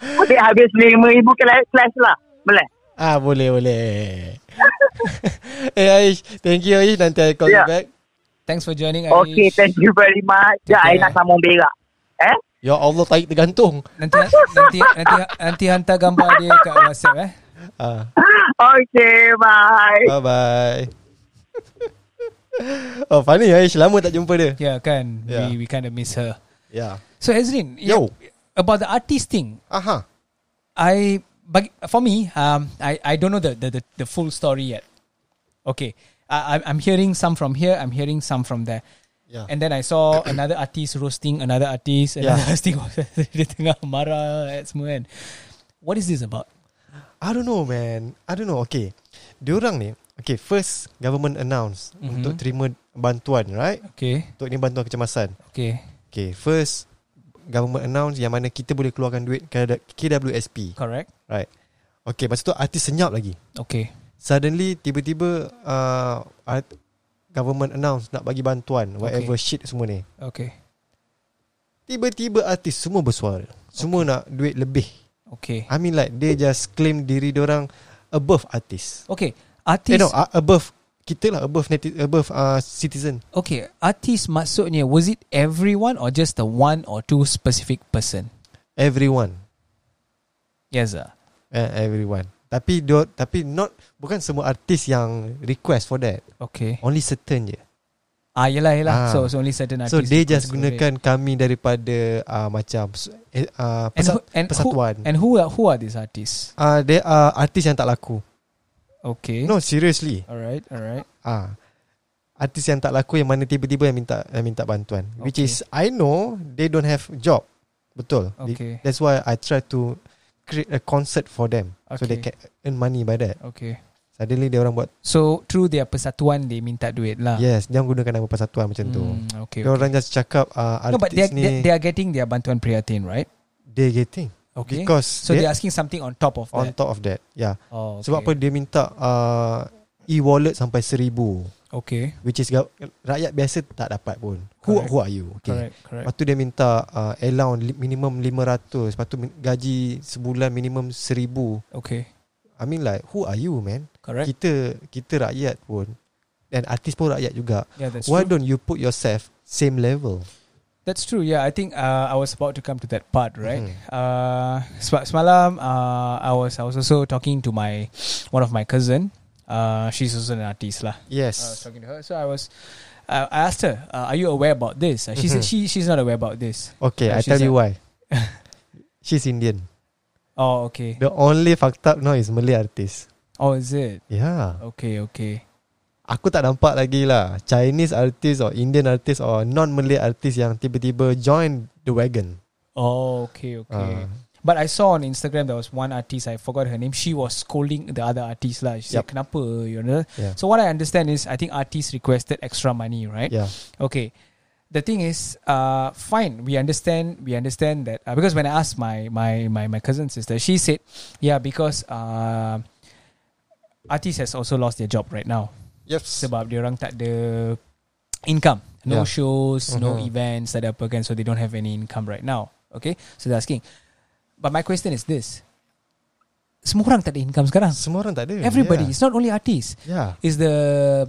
S4: Boleh habis RM5,000 kelas, kelas lah. Boleh?
S3: Ah, boleh boleh. eh Aish, thank you Aish nanti I call you
S4: Ya.
S3: back.
S2: Thanks for joining.
S4: Okay,
S2: Aish.
S4: thank you very much.
S2: Take
S4: Ya, I
S2: care.
S4: nak sambung berak. Eh?
S3: Ya Allah tarik tergantung.
S2: Nanti nanti nanti nanti hantar gambar dia kat WhatsApp eh.
S3: Ah,
S4: Okay, bye.
S3: bye bye. oh, funny Aish, lama tak jumpa dia.
S2: Yeah, kan.
S3: Yeah.
S2: We we kind of miss her.
S3: Ya.
S2: So Azrin,
S3: Yo.
S2: yeah, about the artist thing,
S3: Aha.
S2: I but for me, um, I I don't know the the the, the full story yet. Okay, I I'm- I'm hearing some from here. I'm hearing some from there.
S3: Yeah.
S2: And then I saw another artist roasting another artist, another
S3: Yeah.
S2: artist dia tengah marah at semua kan. What is this about?
S3: I don't know man I don't know Okay Diorang ni Okay first Government announce mm-hmm. Untuk terima bantuan right
S2: Okay,
S3: Untuk ni bantuan kecemasan
S2: okay,
S3: Okay first Government announce Yang mana kita boleh keluarkan duit K- KWSP
S2: correct.
S3: Right Okay masa tu artis senyap lagi
S2: Okay,
S3: Suddenly tiba-tiba uh, art, Government announce Nak bagi bantuan Whatever shit semua ni
S2: okay,
S3: Tiba-tiba artis semua bersuara Semua nak duit lebih
S2: okay,
S3: I mean like They just claim diri diorang Above artis
S2: okay.
S3: Eh
S2: Artist,
S3: no, uh, above kita lah above neti- above uh, citizen.
S2: okay. Artist maksudnya was it everyone or just the one or two specific person?
S3: Everyone.
S2: Yes, ah. sir.
S3: Uh, everyone. Tapi do, tapi not bukan semua artis yang request for that.
S2: Okay.
S3: Only certain je.
S2: Ah, yelah, yelah.
S3: Ah.
S2: So, it's only certain artists.
S3: so they
S2: who can
S3: just
S2: survey.
S3: gunakan kami daripada uh, macam s- eh,
S2: and,
S3: uh, pesat,
S2: who, and,
S3: persatuan.
S2: Who, and who are, who are these artists?
S3: uh, they are artis yang tak laku.
S2: Okay.
S3: No seriously.
S2: Alright, alright.
S3: Ah. artis yang tak laku yang mana tiba-tiba yang minta yang minta bantuan. Which
S2: Okay.
S3: is I know they don't have job. Betul. They-
S2: Okay.
S3: That's why I try to create a concert for them so they
S2: Okay.
S3: can earn money by that.
S2: Okay.
S3: Suddenly dia orang buat
S2: So through their persatuan they minta duit lah.
S3: yes, jangan gunakan nama persatuan macam tu.
S2: Hmm, okay.
S3: Dia
S2: okay.
S3: orang just cakap uh,
S2: No, but
S3: artis
S2: they,
S3: ni
S2: they, they are getting their bantuan prihatin, right?
S3: they getting
S2: Okay.
S3: because
S2: so
S3: they
S2: they're asking something on top of
S3: on
S2: that.
S3: top of that. Yeah.
S2: Oh, okay.
S3: Sebab apa dia minta uh, e-wallet sampai seribu
S2: Okay.
S3: which is ga- rakyat biasa tak dapat pun. Who
S2: Correct.
S3: who are you? Okay.
S2: Correct. Correct.
S3: Lepas tu dia minta uh, allowance li- minimum 500. Lepas tu min- gaji sebulan minimum 1000.
S2: Okay.
S3: I mean like who are you man?
S2: Correct.
S3: Kita kita rakyat pun dan artis pun rakyat juga.
S2: Yeah, that's
S3: Why
S2: true.
S3: don't you put yourself same level?
S2: That's true. Yeah, I think uh, I was about to come to that part, right?
S3: Mhm.
S2: Uh, sema- semalam, uh, I was I was also talking to my one of my cousin. Uh, she's also an artist lah. I was
S3: Yes.
S2: talking to her, so I was. Uh, I asked her, Mm-hmm. uh, "Are you aware about this?" Uh, she said she she's not aware about this.
S3: okay,
S2: Uh,
S3: I
S2: she
S3: tell you
S2: said-
S3: why. She's Indian.
S2: Oh, okay.
S3: The only fucked up now is Malay artist.
S2: Oh, is it?
S3: Yeah.
S2: Okay, okay.
S3: Aku tak nampak lagi lah Chinese artist or Indian artist or non-Malay artist yang tiba-tiba join the wagon.
S2: Oh, okay, okay.
S3: Ah.
S2: But I saw on Instagram there was one artist I forgot her name. She was scolding the other artist lah. She said,
S3: Yup.
S2: "Kenapa?" You know.
S3: Yeah.
S2: So what I understand is I think artists requested extra money, right?
S3: Yeah.
S2: Okay. The thing is, uh, fine. We understand. We understand that uh, because when I asked my my my my cousin sister, she said, "Yeah, because uh, artist has also lost their job right now
S3: Yes.
S2: sebab dia orang tak ada income, no
S3: Yeah.
S2: shows, no
S3: Mhm.
S2: events, tak ada apa kan, so they don't have any income right now. Okay, so they're asking. But my question is this: semua orang tak ada income sekarang.
S3: Semua orang tak ada. Ya.
S2: Everybody, it's not only artists.
S3: Yeah. yeah.
S2: Is the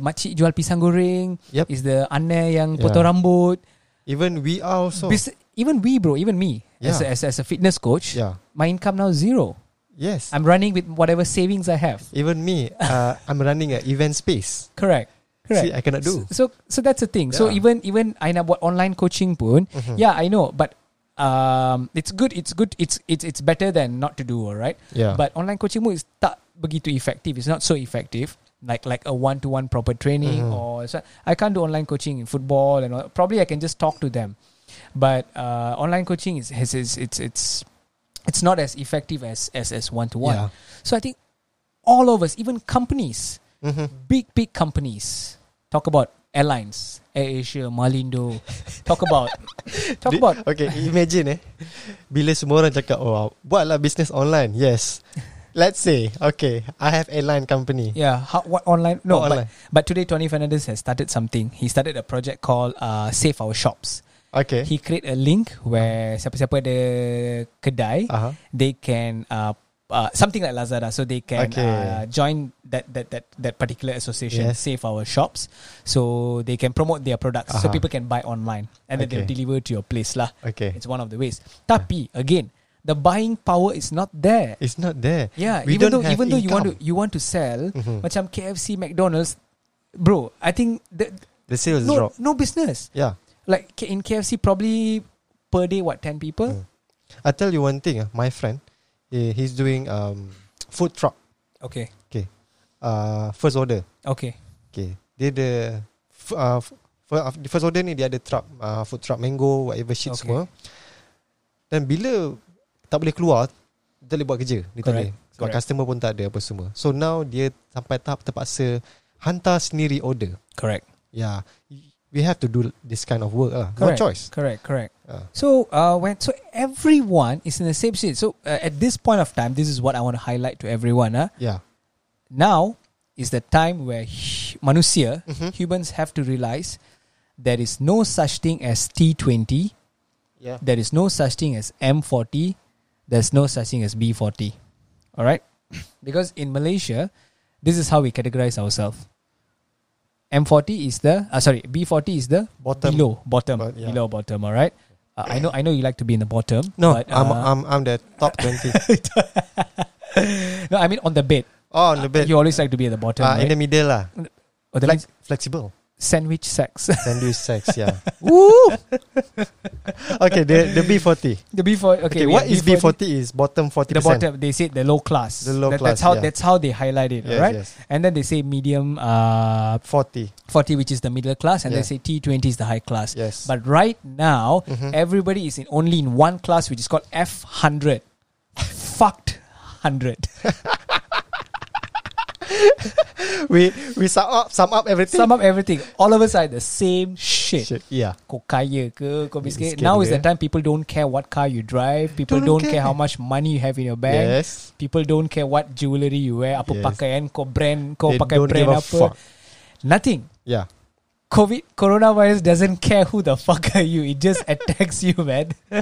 S2: makcik jual pisang goreng
S3: Yep.
S2: Is the aneh yang potong
S3: Yeah.
S2: rambut
S3: Even we are also.
S2: Bus- Even we bro Even me as, a,
S3: Yeah.
S2: as, as a fitness coach
S3: yeah.
S2: My income now zero
S3: Ya. Yes.
S2: I'm running with whatever savings I have
S3: Even me, uh, I'm running an event space.
S2: Correct Correct
S3: See, I cannot do.
S2: So so that's the thing. So
S3: Yeah. Hmm.
S2: even even I nak buat online coaching pun,
S3: Mm-hmm.
S2: yeah, I know, but um it's good, it's good, it's it's it's better than not to do, all right?
S3: Yeah.
S2: But online coaching pun is tak begitu effective. It's not so effective. Like like a one to one proper training
S3: Mm-hmm.
S2: or so I can't do online coaching in football and all. probably I can just talk to them. But uh, online coaching is, is, is it's it's it's not as effective as as as one to
S3: Yeah.
S2: one. So I think all of us, even companies,
S3: Mhm.
S2: big big companies, talk about airlines, Air Asia, Malindo, talk about talk
S3: Di-
S2: about
S3: Okay imagine eh Bila semua orang cakap Oh buatlah business online Yes Let's say Okay I have airline company
S2: yeah how, what online no
S3: What
S2: but,
S3: online?
S2: but today Tony Fernandez has started something. He started a project called uh, Save Our Shops.
S3: Okay
S2: He create a link where siapa-siapa ada kedai,
S3: Aha.
S2: they can uh, uh, something like Lazada, so they can
S3: Okay.
S2: uh, join that that that that particular association,
S3: Yes.
S2: Save Our Shops, so they can promote their products, so
S3: Aha.
S2: people can buy online and then
S3: Uh-huh. Okay.
S2: they'll deliver to your place lah.
S3: Okay
S2: It's one of the ways. Tapi again, the buying power is not there.
S3: It's not there Mm-hmm.
S2: Yeah,
S3: We
S2: even
S3: don't
S2: though
S3: have
S2: even though you want to
S3: income.
S2: you want to sell, macam KFC, McDonald's, bro, I think the,
S3: The sales
S2: no
S3: drop
S2: no business.
S3: Yeah
S2: Like K- in KFC, probably per day what ten
S3: Mm.
S2: people.
S3: I tell you one thing ah, My friend he, He's doing um, Food truck
S2: Okay,
S3: Okay uh, First order
S2: okay,
S3: Okay Dia ada f- uh, f- f- the First order ni Dia ada truck uh, Food truck mango Whatever shit
S2: Okay.
S3: semua Dan bila Tak boleh keluar Tak boleh buat kerja Dia tak
S2: Correct.
S3: boleh Sebab
S2: Correct.
S3: customer pun tak ada Apa semua So now dia Sampai tahap terpaksa Hantar sendiri order
S2: correct,
S3: Yeah We have to do This kind of work lah
S2: correct,
S3: No choice
S2: correct, correct.
S3: Ah.
S2: So uh, when so everyone is in the same shit. So uh, at this point of time, this is what I want to highlight to everyone. Ah,
S3: Yeah
S2: now is the time where hu- manusia
S3: Mm-hmm.
S2: humans have to realize there is no such thing as T20
S3: Yeah
S2: there is no such thing as M40 there's no such thing as B40 all right because in Malaysia this is how we categorize ourselves M40 is the uh, sorry B40 is the
S3: Bottom.
S2: below bottom
S3: But, yeah.
S2: below bottom all right uh, I know I know you like to be in the bottom
S3: No
S2: but,
S3: I'm,
S2: uh,
S3: I'm I'm the top 20
S2: no I mean on the bed
S3: Oh on the bed
S2: you always like to be at the bottom
S3: uh,
S2: right?
S3: In the middle lah
S2: oh, that means
S3: Flex- Flexible
S2: sandwich sex
S3: Sandwich sex yeah Woo Okay the, the B40
S2: The B forty.
S3: Okay,
S2: Okay,
S3: what
S2: yeah,
S3: is B40 is bottom 40%.
S2: The bottom. They said the low class.
S3: The low
S2: That- That's
S3: class,
S2: how.
S3: yeah.
S2: That's how they highlight it.
S3: Yes,
S2: right.
S3: yes.
S2: And then they say medium uh,
S3: 40.
S2: forty, which is the middle class, and they
S3: Yeah.
S2: say T twenty is the high class.
S3: Yes. Mm-hmm.
S2: But right now, everybody is in only in one class, which is called F hundred. Fucked hundred.
S3: we we sum up sum up everything.
S2: Sum up everything. All of us are the same shit.
S3: Shit. Yeah.
S2: Kau kaya ke, kau miskin.
S3: Miskin
S2: Now is
S3: ke.
S2: the time people don't care what car you drive. People
S3: Don't
S2: don't, care.
S3: care.
S2: how much money you have in your bank.
S3: Yes.
S2: People don't care what jewelry you wear, apa
S3: Yes.
S2: pakaian kau brand, kau
S3: They
S2: pakai
S3: don't
S2: brand
S3: give a
S2: apa.
S3: fuck.
S2: Nothing.
S3: Yeah.
S2: COVID coronavirus doesn't care who the fuck are you. It just attacks you, man.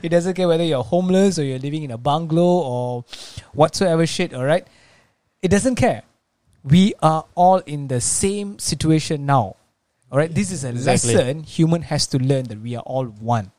S2: it doesn't care whether you're homeless or you're living in a bungalow or whatsoever shit, all right? It doesn't care. We are all in the same situation now. All right? This is a
S3: Exactly.
S2: lesson human has to learn that we are all one.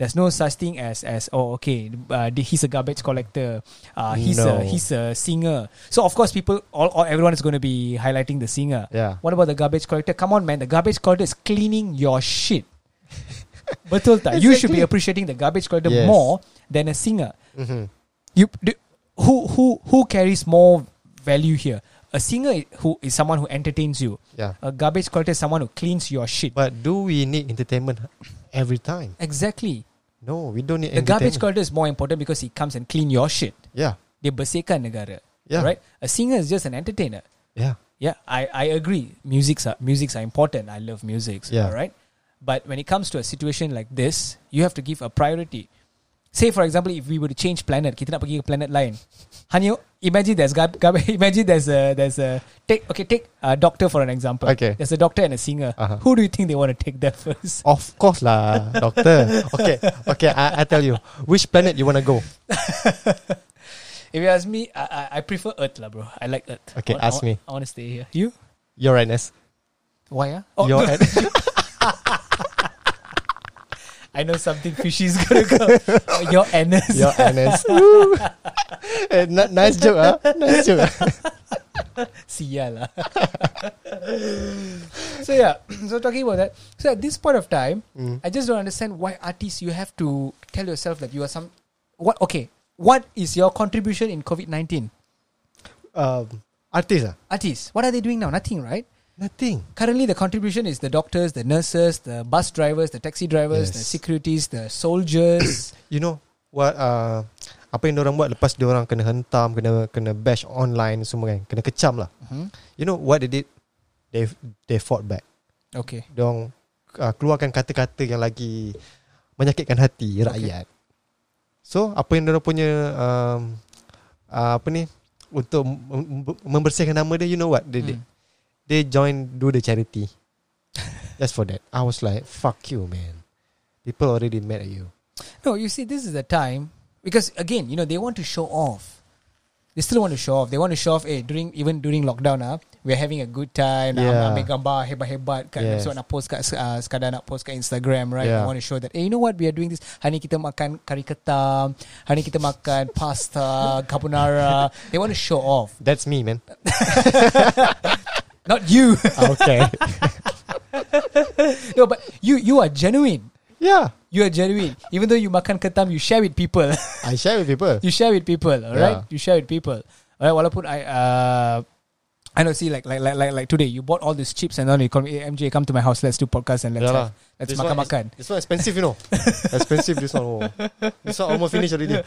S2: There's no such thing as as oh okay uh, he's a garbage collector, uh, he's a
S3: No.
S2: he's a singer. So of course people all, all everyone is going to be highlighting the singer.
S3: Yeah.
S2: What about the garbage collector? Come on, man. The garbage collector is cleaning your shit. Betul tak? You should be
S3: Exactly.
S2: appreciating the garbage collector
S3: Yes.
S2: more than a singer.
S3: Mm-hmm.
S2: You do, who who who carries more value here? A singer i- who is someone who entertains you.
S3: Yeah.
S2: A garbage collector is someone who cleans your shit.
S3: But do we need entertainment every time?
S2: exactly.
S3: No, we don't need
S2: The garbage
S3: entertainment.
S2: collector is more important because he comes and clean your shit.
S3: yeah,
S2: Dia bersihkan negara.
S3: Yeah.
S2: Right? A singer is just an entertainer.
S3: yeah,
S2: Yeah, I, I agree. Musics are musics are important. I love musics. All
S3: Yeah.
S2: right. But when it comes to a situation like this, you have to give a priority. Say for example, if we were to change planet, kita nak pergi ke planet lain. Hanyo, imagine there's gar- gar- imagine there's a there's a take okay take a doctor for an example.
S3: Okay.
S2: There's a doctor and a singer.
S3: Uh-huh.
S2: Who do you think they want to take there first?
S3: Of course lah, doctor. Okay, okay. I, I tell you, which planet you wanna go?
S2: If you ask me, I I, I prefer Earth lah, bro. I like Earth.
S3: Okay,
S2: I wa- I
S3: ask
S2: wa-
S3: me.
S2: I want to stay here. You?
S3: Uranus.
S2: Why? Ah? Oh,
S3: Oh, Your
S2: I know something fishy is gonna come. oh, your anus.
S3: Uranus. eh, n- nice joke, ah. Nice joke.
S2: Sial lah. so yeah, so talking about that. So at this point of time, I just don't understand why artists you have to tell yourself that you are some what okay. What is your contribution in COVID nineteen?
S3: Um, artist ah?
S2: Artists, what are they doing now? Nothing, right?
S3: Nothing.
S2: Currently the contribution is the doctors, the nurses, the bus drivers, the taxi drivers, the
S3: Yes.
S2: securities, the soldiers.
S3: You know what? Uh, apa yang orang buat lepas orang kena hentam, kena kena bash online semua kan, kena kecam lah.
S2: Mhm.
S3: You know what they did? They they fought back.
S2: Okay.
S3: Dong uh, keluarkan kata-kata yang lagi menyakitkan hati rakyat. So apa yang orang punya um, uh, apa ni untuk mem- mem- membersihkan nama dia, you know what they did? They join do the charity. Just for that. I was like, fuck you, man. People already mad at you.
S2: No, you see, this is the time because again, you know, they want to show off. They still want to show off. They want to show off. Hey, during even during lockdown, ah, we're having a good time.
S3: Yeah.
S2: Yeah. Ambil gambar hebat-hebat kan.
S3: Yes.
S2: So nak post kat uh, sekadar nak post kat Instagram, right?
S3: Yeah.
S2: I want to show that. Hey, you know what? We are doing this. Hari ni kita makan kari ketam. Hari ni kita makan pasta carbonara. they want to show off.
S3: That's me, man.
S2: Not you.
S3: Okay.
S2: no, but you you are genuine.
S3: yeah.
S2: You are genuine. Even though you makan ketam, you share with people.
S3: I share with people.
S2: you share with people, all
S3: Yeah.
S2: right? You share with people, all right? Walaupun I, uh, I know. See, like, like, like, like, like today, you bought all these chips and then you call me, hey, MJ, come to my house. Let's do podcast and let's
S3: Yeah lah.
S2: have, let's makan makan.
S3: This one expensive, you know. expensive, this one. Oh. This one almost finished already.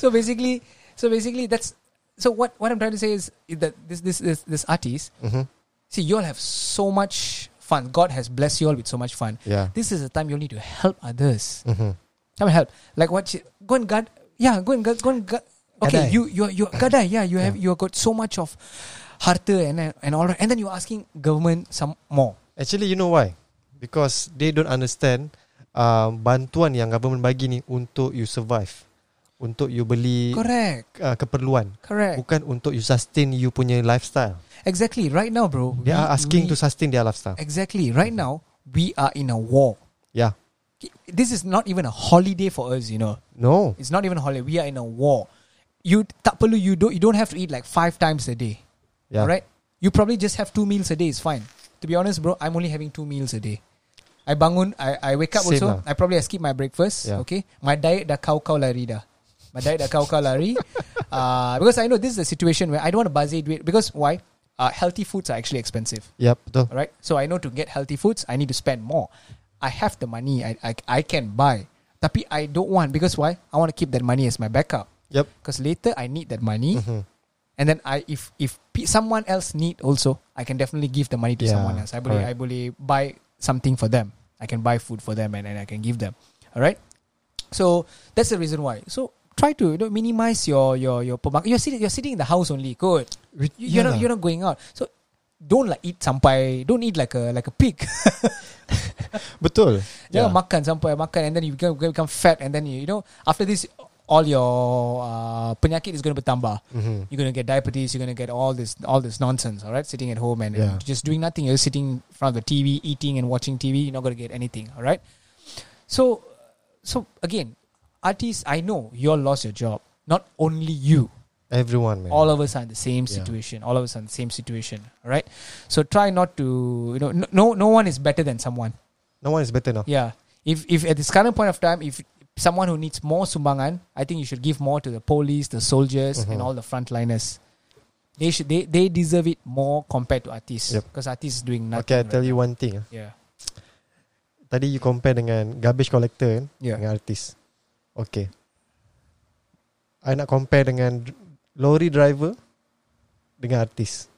S2: So basically, so basically, that's so. What what I'm trying to say is that this this this, this artist.
S3: Mhm.
S2: See, you all have so much fun. God has blessed you all with so much fun.
S3: Yeah.
S2: This is the time you all need to help others.
S3: Mm-hmm.
S2: Come and help. Like what? She, go and guard. Yeah, go and guard. Go and guard. Okay,
S3: Gadai.
S2: you you you gadai. Yeah, you have you have got so much of harta and and all, that, and then you're asking government some more.
S3: Actually, you know why? Because they don't understand uh, bantuan yang government bagi ni untuk you survive. Untuk you beli
S2: Correct.
S3: uh, keperluan.
S2: Correct.
S3: Bukan untuk you sustain you punya lifestyle.
S2: Exactly. Right now, bro.
S3: They are asking to
S2: we,
S3: sustain their lifestyle.
S2: Exactly. Right now, we are in a war.
S3: Yeah.
S2: This is not even a holiday for us. You know,
S3: No.
S2: it's not even a holiday. We are in a war. You tak perlu. You don't. You don't have to eat like five times a day.
S3: Yeah.
S2: Alright? You probably just have two meals a day, it's fine. To be honest, bro, I'm only having two meals a day. I bangun, I, I wake up
S3: Same
S2: also.
S3: lah.
S2: I probably I skip my breakfast.
S3: Yeah.
S2: Okay. My diet da kau kau lari dah. My diet da kau kau lari. uh, because I know this is a situation where I don't want to bazaar duit. Because why? Uh, healthy foods are actually expensive.
S3: Yep, betul.
S2: Alright. So I know to get healthy foods, I need to spend more. I have the money. I, I, I can buy. Tapi I don't want because why? I want to keep that money as my backup
S3: Yep.
S2: because later I need that money,
S3: Mm-hmm.
S2: and then I if if pe- someone else need also, I can definitely give the money to
S3: Yeah,
S2: someone else. I believe I
S3: correct.
S2: believe buy something for them. I can buy food for them, and, and I can give them. All right, so that's the reason why. So try to you know, minimize your your your permak- You're sitting you're sitting in the house only. Good,
S3: With-
S2: you, you're
S3: yeah
S2: not
S3: lah.
S2: you're not going out. So. Don't like eat sampai. Don't eat like a like a pig.
S3: Betul.
S2: Jangan makan sampai makan and then you become, become fat and then you, you know after this all your uh, penyakit is going to bertambah.
S3: Mhm.
S2: You're going to get diabetes. You're going to get all this all this nonsense. All right, sitting at home and, and
S3: Yeah.
S2: just doing nothing. You're sitting in front of the TV, eating and watching TV. You're not going to get anything. All right. So, so again, artists, I know you all lost your job. Not only you,
S3: Everyone, man.
S2: all of us are in the same
S3: Yeah.
S2: situation. All of us are in the same situation. All right. So try not to you know no no, no one is better than someone.
S3: Now one is better now.
S2: Yeah. If if at this current point of time, if someone who needs more sumbangan, I think you should give more to the police, the soldiers,
S3: Mm-hmm.
S2: and all the frontliners. They should they, they deserve it more compared to artists
S3: Yep.
S2: because artists is doing nothing.
S3: Okay, I tell
S2: right
S3: you one thing. ah.
S2: now. Yeah.
S3: Tadi you compare dengan garbage collector kan
S2: Yeah.
S3: dengan artis. Okay. I nak compare dengan dr- lorry driver dengan artis.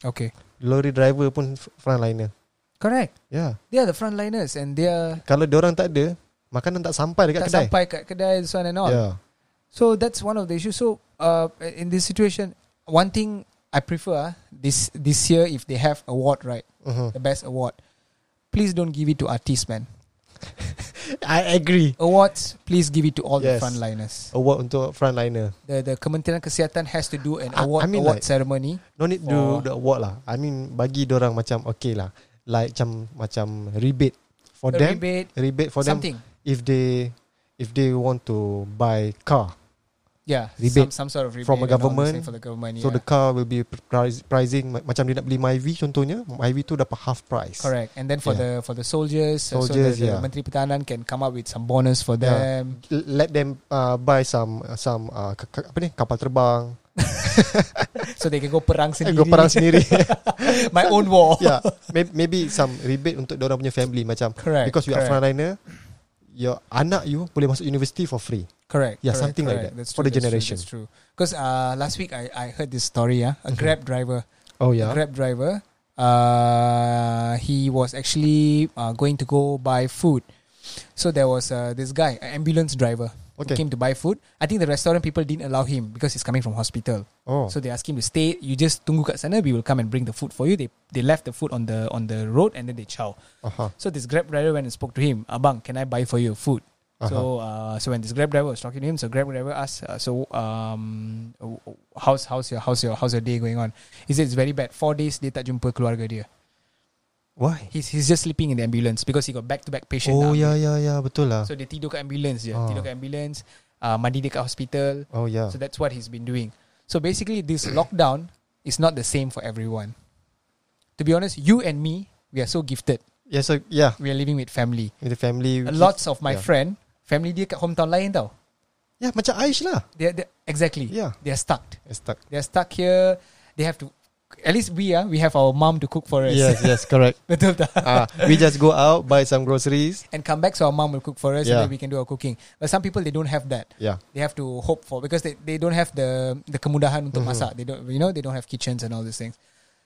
S2: Okay.
S3: Lorry driver pun f- frontliner.
S2: Correct.
S3: Yeah.
S2: They are the frontliners and they are
S3: Kalau diorang tak ada, makanan tak sampai dekat
S2: tak
S3: kedai. Ya.
S2: sampai kat kedai this one and all.
S3: Yeah.
S2: So that's one of the issues. So uh, in this situation, one thing I prefer ah, this this year if they have award right,
S3: Uh-huh.
S2: the best award, please don't give it to artists, man.
S3: I agree.
S2: Awards, please give it to all
S3: Yes.
S2: the frontliners.
S3: Award untuk frontliner.
S2: The the Kementerian Kesihatan has to do an
S3: I-
S2: award
S3: I mean
S2: award
S3: like-
S2: ceremony.
S3: No need
S2: For-
S3: do the award lah. I mean bagi diorang macam okay lah. Like macam macam rebate for
S2: A
S3: them.
S2: rebate,
S3: Rebate for them
S2: something.
S3: if they if they want to buy car.
S2: Yeah,
S3: Rebate
S2: some, some sort of rebate
S3: from
S2: and
S3: a
S2: all this
S3: government.
S2: thing for the government.
S3: So
S2: yeah.
S3: the car will be price, pricing ma- macam dia nak beli Myvi contohnya, Myvi tu dapat half price.
S2: correct, and then for the for the soldiers, uh,
S3: Soldiers,
S2: so the, the
S3: yeah.
S2: Menteri Pertahanan can come up with some bonus for
S3: Yeah.
S2: them.
S3: L- Let them uh, buy some some uh, k- k- apa ni kapal terbang,
S2: so they can go perang
S3: eh,
S2: sendiri.
S3: go perang sendiri.
S2: My own war.
S3: yeah, maybe, maybe some rebate untuk orang punya family macam
S2: Correct.
S3: because you are
S2: correct.
S3: frontliner, your anak you boleh masuk university for free.
S2: Correct.
S3: Yeah,
S2: correct,
S3: something like
S2: correct.
S3: that
S2: That's
S3: for
S2: true,
S3: the
S2: that's
S3: generation.
S2: True, that's true. Because uh, last week I, I heard this story. Yeah,
S3: Mm-hmm.
S2: a Grab driver.
S3: Oh
S2: A Grab driver. Uh, he was actually uh, going to go buy food. So there was uh, this guy, an ambulance driver, who
S3: Okay.
S2: came to buy food. I think the restaurant people didn't allow him because he's coming from hospital.
S3: Oh.
S2: So they asked him to stay. You just tunggu kat sana. We will come and bring the food for you. They they left the food on the on the road and then they chow.
S3: Aha.
S2: So this Grab driver went and spoke to him. Abang, can I buy for you food?
S3: Uh-huh.
S2: So uh, so when this Grab driver was talking to him, so Grab driver asked, uh, so um, w- w- how's how's your how's your how's your day going on? He said it's very bad. Four days dia tak jumpa keluarga dia.
S3: Why?
S2: He's he's just sleeping in the ambulance because he got back to back patient.
S3: Oh
S2: lah.
S3: ya ya ya betul lah.
S2: So dia tidur kat ambulance je.
S3: Ah.
S2: Tidur kat ambulance. Uh, mandi dekat hospital.
S3: Oh ya.
S2: So that's what he's been doing. So basically, this lockdown is not the same for everyone. To be honest, you and me, we are so gifted.
S3: Yeah so yeah
S2: We are living with family.
S3: with the family.
S2: A Lots of my
S3: Yeah.
S2: friend, family dia kat hometown lain tau.
S3: Yeah macam Aish lah.
S2: They're, they're, exactly.
S3: Yeah.
S2: They're stuck.
S3: Stuck.
S2: They're stuck here. They have to. At least we are. we have our mom to cook for us.
S3: Yes yes correct.
S2: Betul tak?
S3: Ah, we just go out buy some groceries.
S2: and come back, so our mom will cook for us,
S3: Yeah.
S2: and then we can do our cooking. But some people they don't have that.
S3: Yeah.
S2: They have to hope for because they, they don't have the the kemudahan untuk
S3: Mm-hmm.
S2: masak. They don't you know they don't have kitchens and all these things.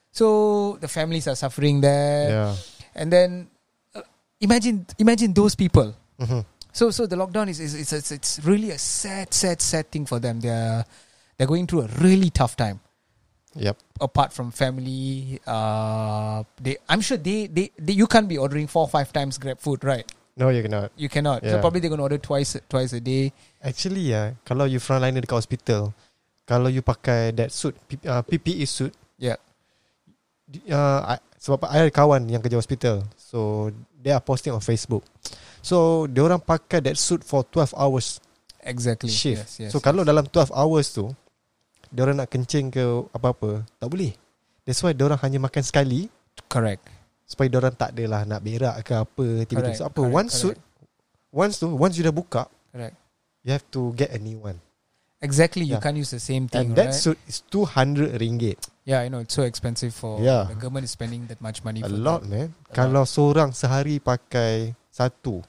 S2: So the families are suffering there,
S3: Yeah.
S2: and then uh, imagine imagine those people.
S3: Mhm.
S2: So so the lockdown is is it's, it's it's really a sad sad sad thing for them. They're they're going through a really tough time.
S3: Yep.
S2: Apart from family, uh, they I'm sure they, they they you can't be ordering four or five times Grab food, right?
S3: No you cannot.
S2: You cannot. So
S3: Yeah.
S2: probably they're gonna order twice twice a day.
S3: Actually ya, kalau you frontliner dekat hospital, kalau you pakai that suit P- uh, PPE suit,
S2: Yeah.
S3: di- uh, I- sebab I ada kawan yang kerja hospital. So they are posting on Facebook. So dia orang pakai that suit for 12 hours
S2: Exactly.
S3: shift.
S2: Yes, yes.
S3: so kalau dalam 12 hours tu dia orang nak kencing ke apa-apa, tak boleh. That's why dia orang hanya makan sekali
S2: correct.
S3: supaya dia orang tak adalah nak berak ke apa tiba-tiba
S2: Correct,
S3: so, apa
S2: correct,
S3: once suit once tu once you dah buka
S2: Correct.
S3: you have to get a new one
S2: Exactly. You
S3: Yeah.
S2: can't use the same thing.
S3: and that
S2: right?
S3: suit is 200 ringgit
S2: yeah, I know it's so expensive for
S3: Yeah.
S2: the government is spending that much money.
S3: A
S2: for
S3: lot
S2: that.
S3: man
S2: A
S3: Kalau seorang sehari pakai Satu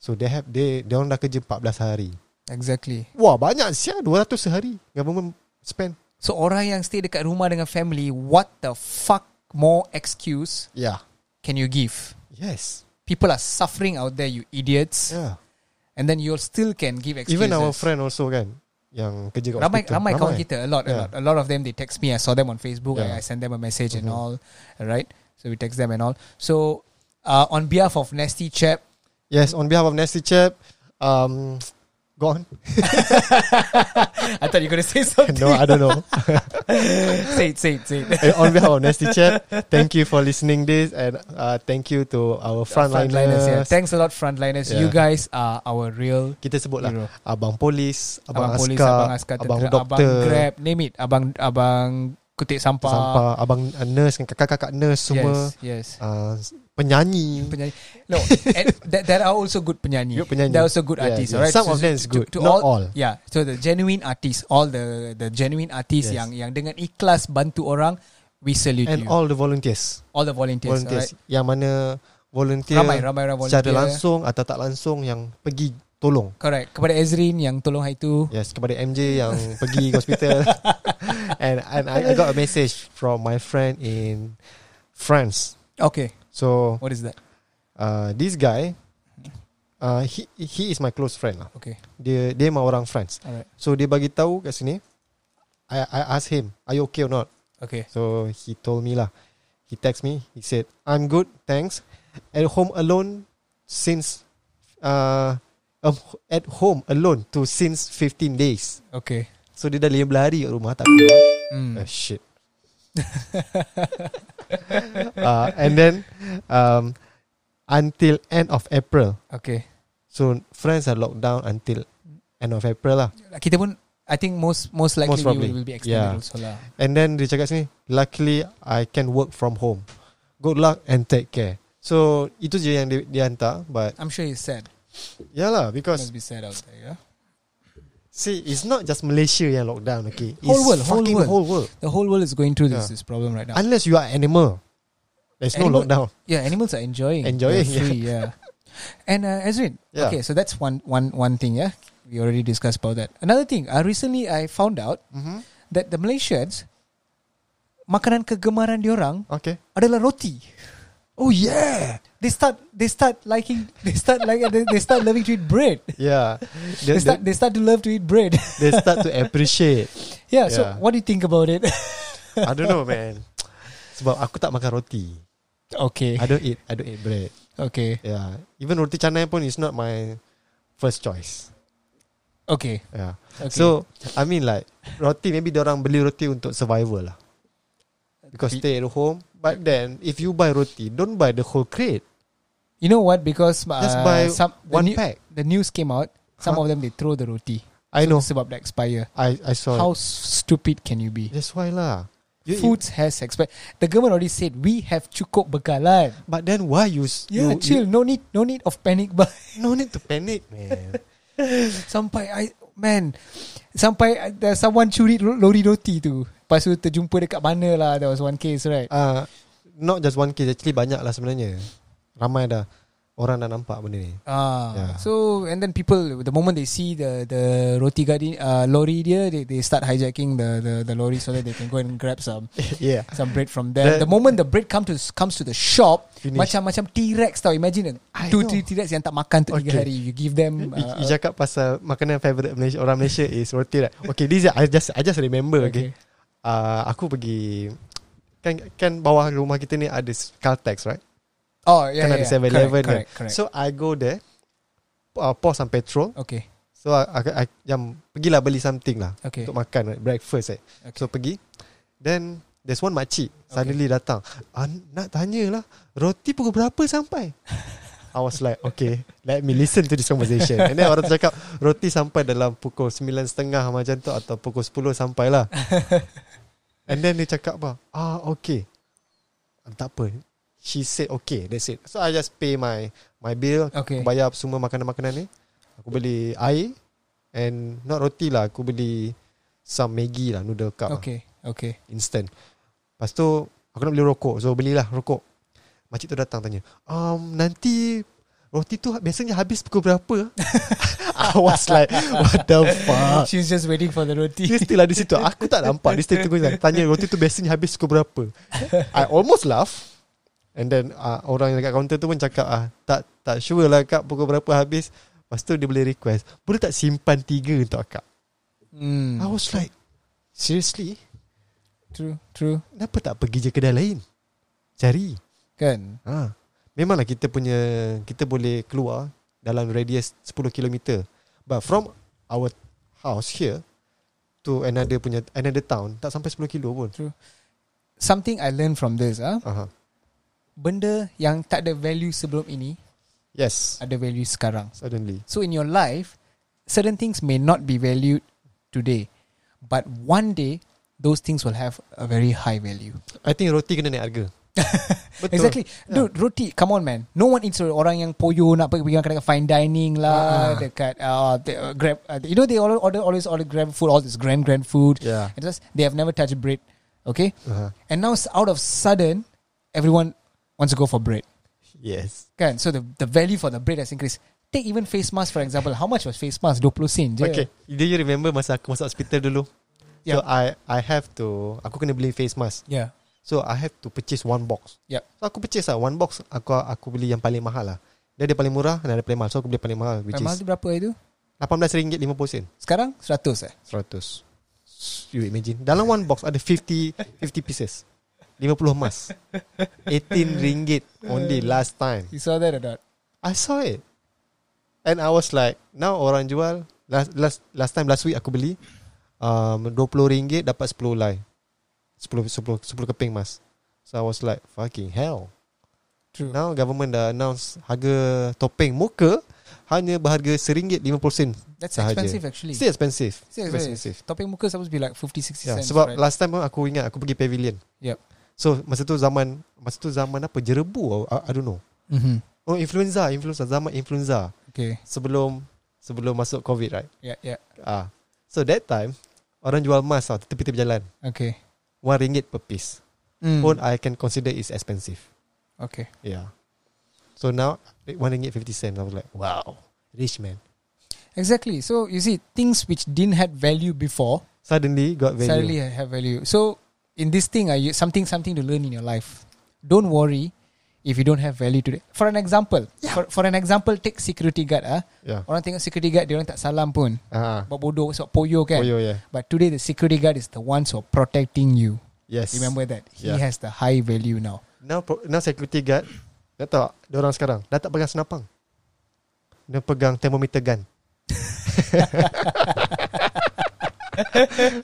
S3: So they have they, Dia orang dah kerja 14 hari
S2: Exactly.
S3: Wah banyak siya 200 sehari Government spend
S2: So orang yang stay dekat rumah dengan family, what the fuck more excuse
S3: Yeah
S2: can you give?
S3: Yes
S2: People are suffering out there, you idiots.
S3: yeah.
S2: And then you still can give excuses.
S3: Even our friend also kan Yang kerja kat
S2: Ramai,
S3: hospital
S2: ramai kawan kita, a lot, a
S3: Yeah.
S2: lot. A lot of them, they text me. I saw them on Facebook.
S3: Yeah.
S2: I, I send them a message and
S3: Mhm.
S2: all. Right? So we text them and all. So uh, on behalf of Nasty Chap,
S3: Yes on behalf of Nasty Chap um, Go on
S2: I thought you were going to say something.
S3: No I don't know
S2: say it, say it, say it.
S3: And on behalf of Nasty Chap, thank you for listening this and uh, thank you to our frontliners.
S2: Frontliners, yeah. Thanks a lot, frontliners. You
S3: Yeah.
S2: guys are our real
S3: Kita sebut lah
S2: Hero.
S3: Abang Polis, Abang,
S2: abang,
S3: Askar,
S2: polis, abang askar,
S3: Abang
S2: tentera, abang
S3: Doktor,
S2: grab, ah. name it, abang abang kutip sampah,
S3: Sampah, Abang uh, kan, Nurse, Kakak-kakak Nurse semua.
S2: Yes, yes.
S3: Uh, penyanyi.
S2: penyanyi. No, and there, there are also good penyanyi.
S3: Good penyanyi.
S2: There are also good
S3: Yeah,
S2: artists.
S3: yeah.
S2: Alright,
S3: Some of them is good, not all.
S2: Yeah, so the genuine artists, all the the genuine artists
S3: Yes.
S2: yang yang dengan ikhlas bantu orang, we salute
S3: And
S2: you.
S3: all the volunteers.
S2: all the volunteers.
S3: volunteers
S2: alright?
S3: yang mana volunteer
S2: Ramai ramai ramai volunteer.
S3: secara langsung atau tak langsung yang pergi tolong.
S2: Correct. Kepada Ezrin yang tolong hari tu.
S3: Yes, kepada MJ yang pergi ke hospital. and and I, I got a message from my friend in France.
S2: Okay.
S3: So
S2: What is that?
S3: uh, this guy uh, he he is my close friend lah.
S2: Okay.
S3: Dia dia memang orang France.
S2: Alright.
S3: So dia bagi tahu kat sini. I I asked him, "Are you okay or not?"
S2: Okay.
S3: So he told me lah. He text me. He said, "I'm good, thanks. At home alone since uh um, at home alone to since 15 days."
S2: Okay.
S3: So dia dah 15 hari kat rumah tak keluar.
S2: Hmm.
S3: Ah, shit. uh, and then um until end of April.
S2: Okay.
S3: So France are locked down until end of April lah.
S2: Kita pun I think most most likely
S3: Most
S2: we
S3: probably.
S2: will, will be extended
S3: Yeah.
S2: also lah.
S3: And then dia cakap sini, luckily I can work from home. Good luck and take care. So itu je yang dia, dia hantar but
S2: I'm sure it's sad.
S3: yalah
S2: Must
S3: because
S2: be sad out there. Yeah.
S3: see it's not just Malaysia yang lockdown okay. It's
S2: Whole world, whole
S3: fucking
S2: world.
S3: whole world.
S2: The whole world is going through this
S3: Yeah.
S2: this problem right now.
S3: Unless you are animal. There's no
S2: Animal-
S3: lockdown.
S2: Yeah, animals are enjoying.
S3: Enjoying,
S2: They're free, yeah. And uh, Ezrin,
S3: Yeah.
S2: okay, so that's one one one thing, yeah. We already discussed about that. Another thing, uh, recently I found out
S3: Mhm.
S2: that the Malaysians makanan kegemaran diorang
S3: Okay.
S2: adalah roti.
S3: Oh yeah.
S2: They start they start liking they start like they, they start loving to eat bread.
S3: Yeah. They,
S2: They start they start to love to eat bread.
S3: they start to appreciate.
S2: yeah, so
S3: Yeah.
S2: what do you think about it?
S3: I don't know man. Sebab aku tak makan roti.
S2: okay.
S3: I don't eat I don't eat bread.
S2: Okay.
S3: Yeah. Even roti canai pun is not my first choice.
S2: Okay.
S3: Yeah.
S2: Okay.
S3: So I mean like Roti maybe orang beli roti Untuk survival lah Because stay at home But then If you buy roti Don't buy the whole crate
S2: you know what because uh,
S3: Just buy
S2: some the
S3: one
S2: new-
S3: pack
S2: the news came out, some
S3: Huh? Oh.
S2: of them they throw the roti.
S3: I know
S2: Sebab dah expire.
S3: I I saw
S2: How
S3: it.
S2: s- stupid can you be?
S3: That's why lah Oh. you,
S2: Foods has expired. The government already said we have cukup bekalan.
S3: But then why you s-
S2: Yeah,
S3: you,
S2: chill. no need, no need of panic buy.
S3: you, No need to panic man
S2: sampai I man, sampai I, there's someone curi lo- lori roti tu. Lepas tu terjumpa dekat mana lah. There was one case, right?
S3: uh, Not just one case Actually banyak lah sebenarnya Ramai dah Orang dah nampak benda ni
S2: Ah,
S3: Yeah.
S2: so and then people the moment they see the the roti gadi uh, lori dia, they, they start hijacking the, the the lorry so that they can go and grab some
S3: Yeah
S2: some bread from there. The,
S3: The-
S2: moment the bread come to comes to the shop,
S3: Finish.
S2: macam macam T-Rex tau. Imagine
S3: I
S2: two
S3: know.
S2: three T-Rex yang tak makan untuk tiga
S3: Okay.
S2: hari. You give them.
S3: You, you
S2: Uh,
S3: cakap pasal makanan favorite Malaysia, orang Malaysia is roti right? Okay, this is, I just I just remember
S2: Okay.
S3: okay. okay. Uh, aku pergi kan kan bawah rumah kita ni ada s- Caltex right?
S2: oh yeah, yeah,
S3: kan ada
S2: yeah.
S3: 7-Eleven. kan?
S2: Correct, correct, correct. So
S3: So I go there uh, pour some petrol.
S2: okay,
S3: So I, I, I yang pergilah beli something lah
S2: okay,
S3: okay. untuk makan right? breakfast right?
S2: okay.
S3: So pergi then there's one makcik suddenly datang. Ah, nak tanyalah roti pukul berapa sampai? I was like okay let me listen to this conversation. And then orang tu cakap roti sampai dalam pukul 9.30 macam tu atau pukul 10 sampai lah. And then dia cakap bah, ah okay. Ah, tak apa. She said okay, that's it. So I just pay my my bill,
S2: Okay.
S3: aku bayar semua makanan-makanan ni. Aku beli air and not roti lah, aku beli some Maggi lah, noodle cup. Okay.
S2: okay, okay.
S3: Lah, instant. Lepas tu aku nak beli rokok. So belilah rokok. Makcik tu datang tanya, um, nanti roti tu biasanya habis pukul berapa? I was like, what the fuck?
S2: She's just waiting for the roti.
S3: Dia still ada situ Aku tak nampak Dia still tunggu Tanya roti tu biasanya habis pukul berapa I almost laugh And then uh, Orang yang dekat kaunter tu pun cakap ah, Tak tak sure lah kak Pukul berapa habis Lepas tu dia boleh request Boleh tak simpan tiga untuk akak I
S2: Hmm.
S3: was like Seriously
S2: True, true.
S3: Kenapa tak pergi je kedai lain Cari
S2: Kan?
S3: ha. Memanglah kita punya Kita boleh keluar Dalam radius 10km But from our house here To another punya Another town Tak sampai 10 kilo pun
S2: Something I learned from this, ah,
S3: Aha.
S2: benda yang tak ada value sebelum ini
S3: Yes.
S2: ada value sekarang.
S3: Suddenly.
S2: So in your life, certain things may not be valued today, but one day those things will have a very high value.
S3: I think roti kena naik harga. Betul.
S2: Exactly. Dude, roti, come on man. No one eats roti. Orang yang poyo nak pergi pergi makan dekat fine dining lah, dekat uh, the, uh, grab. Uh, you know they all order always order grab food, all this grand grand food.
S3: Yeah.
S2: And just they have never touched bread. Okay.
S3: Uh-huh.
S2: And now s- out of sudden, everyone wants to go for bread.
S3: Yes.
S2: Kan? So the the value for the bread has increased. Take even face mask for example. How much was face mask? 20 sen je.
S3: Okay. Do you remember masa aku masuk hospital dulu?
S2: Yeah.
S3: So I I have to aku kena beli face mask.
S2: Yeah.
S3: So I have to purchase one box.
S2: Yep.
S3: So aku purchase lah one box aku aku beli yang paling mahal lah. Dia ada paling murah dan ada paling mahal. So aku beli paling mahal which
S2: Mahal
S3: is
S2: tu berapa itu?
S3: RM18.50 sen.
S2: Sekarang 100 eh.
S3: 100. You imagine. Dalam one box ada 50 50 pieces. 50 emas. 18 ringgit only last time.
S2: You saw that or not?
S3: I saw it. And I was like, now orang jual last last last time last week aku beli um RM20 dapat 10 lai. 10 10 10 keping mas. So I was like, fucking hell.
S2: True.
S3: Now government dah announce harga topeng muka hanya berharga RM1.50
S2: That's
S3: sahaja.
S2: expensive actually.
S3: Still expensive.
S2: Still expensive. Topping muka supposed to be like 50 60
S3: Yeah,
S2: cents.
S3: sebab
S2: right?
S3: last time pun aku ingat aku pergi pavilion.
S2: Yep.
S3: So masa tu zaman masa tu zaman apa jerebu I, I don't know.
S2: mm-hmm.
S3: Oh influenza, influenza zaman influenza.
S2: Okay.
S3: sebelum sebelum masuk COVID right?
S2: Yeah, yeah.
S3: Ah. So that time orang jual mask tau tepi-tepi jalan.
S2: Okay.
S3: One ringgit per piece.
S2: Mm.
S3: Pun I can consider is expensive.
S2: Okay.
S3: Yeah. So now one ringgit fifty cents. I was like, wow, rich man.
S2: Exactly. So you see things which didn't have value before
S3: Suddenly got value.
S2: suddenly have value. So in this thing, are you something something to learn in your life? Don't worry if you don't have value today. For an example, for, for an example, take security guard ah.
S3: Yeah.
S2: Orang tengok security guard dia orang tak salam pun.
S3: Ah.
S2: Buat bodoh sebab poyo Oh. kan.
S3: Oh yo yeah.
S2: But today the security guard is the ones who are protecting you.
S3: Yes.
S2: Remember that. He
S3: Yeah.
S2: has the high value now.
S3: Now pro- now security guard dah tahu orang sekarang dah tak pegang senapang. Dia pegang thermometer gun.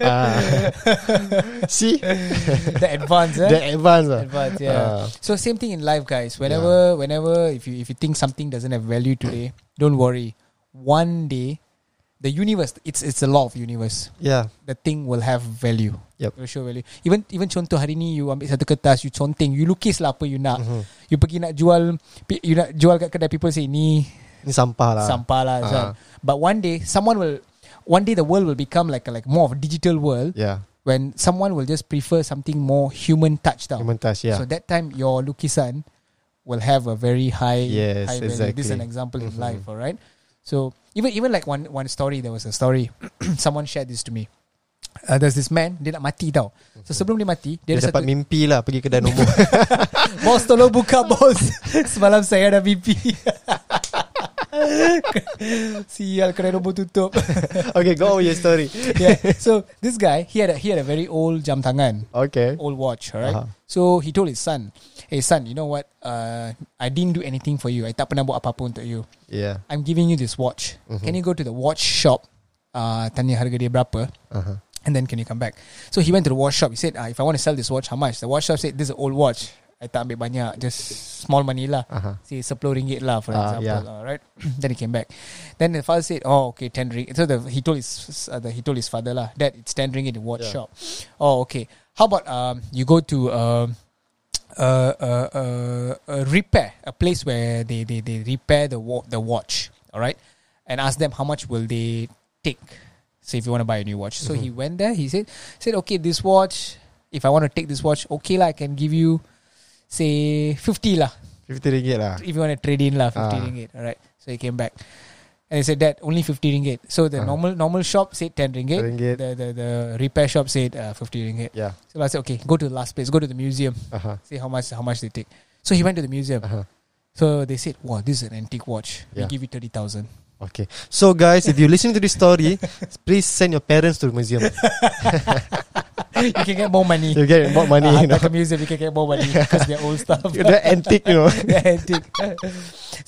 S3: ah. See?
S2: the advance, eh?
S3: The advance lah.
S2: advance, yeah.
S3: Ah.
S2: so same thing in life, guys. Whenever, whenever if you if you think something doesn't have value today, don't worry. One day, the universe it's it's the law of universe.
S3: Yeah.
S2: The thing will have value.
S3: Yep.
S2: Will show value. Even even contoh hari ni you ambil satu kertas, you conteng, you lukis lah apa you nak.
S3: Mm-hmm.
S2: You pergi nak jual, pi- you nak jual kat kedai people say ni
S3: Ni sampah lah.
S2: sampah lah.
S3: Ah.
S2: Zan." But one day someone will, one day the world will become like a, like more of a digital world.
S3: Yeah.
S2: when someone will just prefer something more human touch down.
S3: Human touch, yeah.
S2: So that time your lukisan will have a very high,
S3: Yes,
S2: high value. This is an
S3: exactly.
S2: example in
S3: Mhm.
S2: life, all right? So even even like one one story, there was a story. someone shared this to me. Uh, there's this man dia nak mati tau. So sebelum dia mati, dia,
S3: dia
S2: ada
S3: dapat
S2: satu
S3: mimpi lah pergi kedai nombor.
S2: Bos tolong buka bos Semalam saya ada mimpi Sial kena nombor tutup
S3: okay, go with your story.
S2: yeah. So this guy He had a, he had a very old jam tangan
S3: Okay.
S2: old watch, all right?
S3: Uh-huh.
S2: So he told his son, "Hey son, you know what? Uh, I didn't do anything for you. I tak pernah buat apa-apa untuk you.
S3: Yeah. Mm-hmm.
S2: I'm giving you this watch. Can you go to the watch shop? Uh, tanya harga dia berapa?
S3: Uh-huh.
S2: And then can you come back?" So he went to the watch shop. He said, ah, "If I want to sell this watch, how much?" The watch shop said, "This is an old watch. I tak ambil banyak. Just small money lah.
S3: Uh-huh.
S2: Say sepuluh ringgit lah, for
S3: Ah,
S2: example.
S3: yeah.
S2: All right." then he came back. Then the father said, "Oh, okay, ten ringgit." So the, he told his uh, the, he told his father lah, "Dad, it's ten ringgit in watch
S3: Yeah.
S2: shop." Oh, okay. How about um, you go to um, uh, uh, uh, uh, repair a place where they they, they repair the wa- the watch, all right, and ask them how much will they take. Say if you want to buy a new watch. So
S3: Mm-hmm.
S2: he went there. He said said okay, this watch. If I want to take this watch, okay lah, I can give you say fifty lah
S3: RM50 lah.
S2: if you want to trade in lah, 50
S3: Ah.
S2: ringgit. All right. So he came back. And he said, Dad, only 50 ringgit. So the
S3: Ah.
S2: normal normal shop said 10 ringgit.
S3: Ringgit.
S2: The, the, the repair shop said uh, 50 ringgit.
S3: Yeah.
S2: So I said, okay, go to the last place. Go to the museum.
S3: Uh-huh.
S2: See how much how much they take. So he went to the museum.
S3: Uh-huh.
S2: So they said, wow, this is an antique watch.
S3: Yeah.
S2: We give you 30,000.
S3: Okay. So guys, if you listen to this story, please send your parents to the museum.
S2: you can get more money.
S3: You get more money,
S2: Ah,
S3: you know.
S2: At the museum, you can get more money because they're old stuff.
S3: The antique, you know.
S2: Yeah, antique.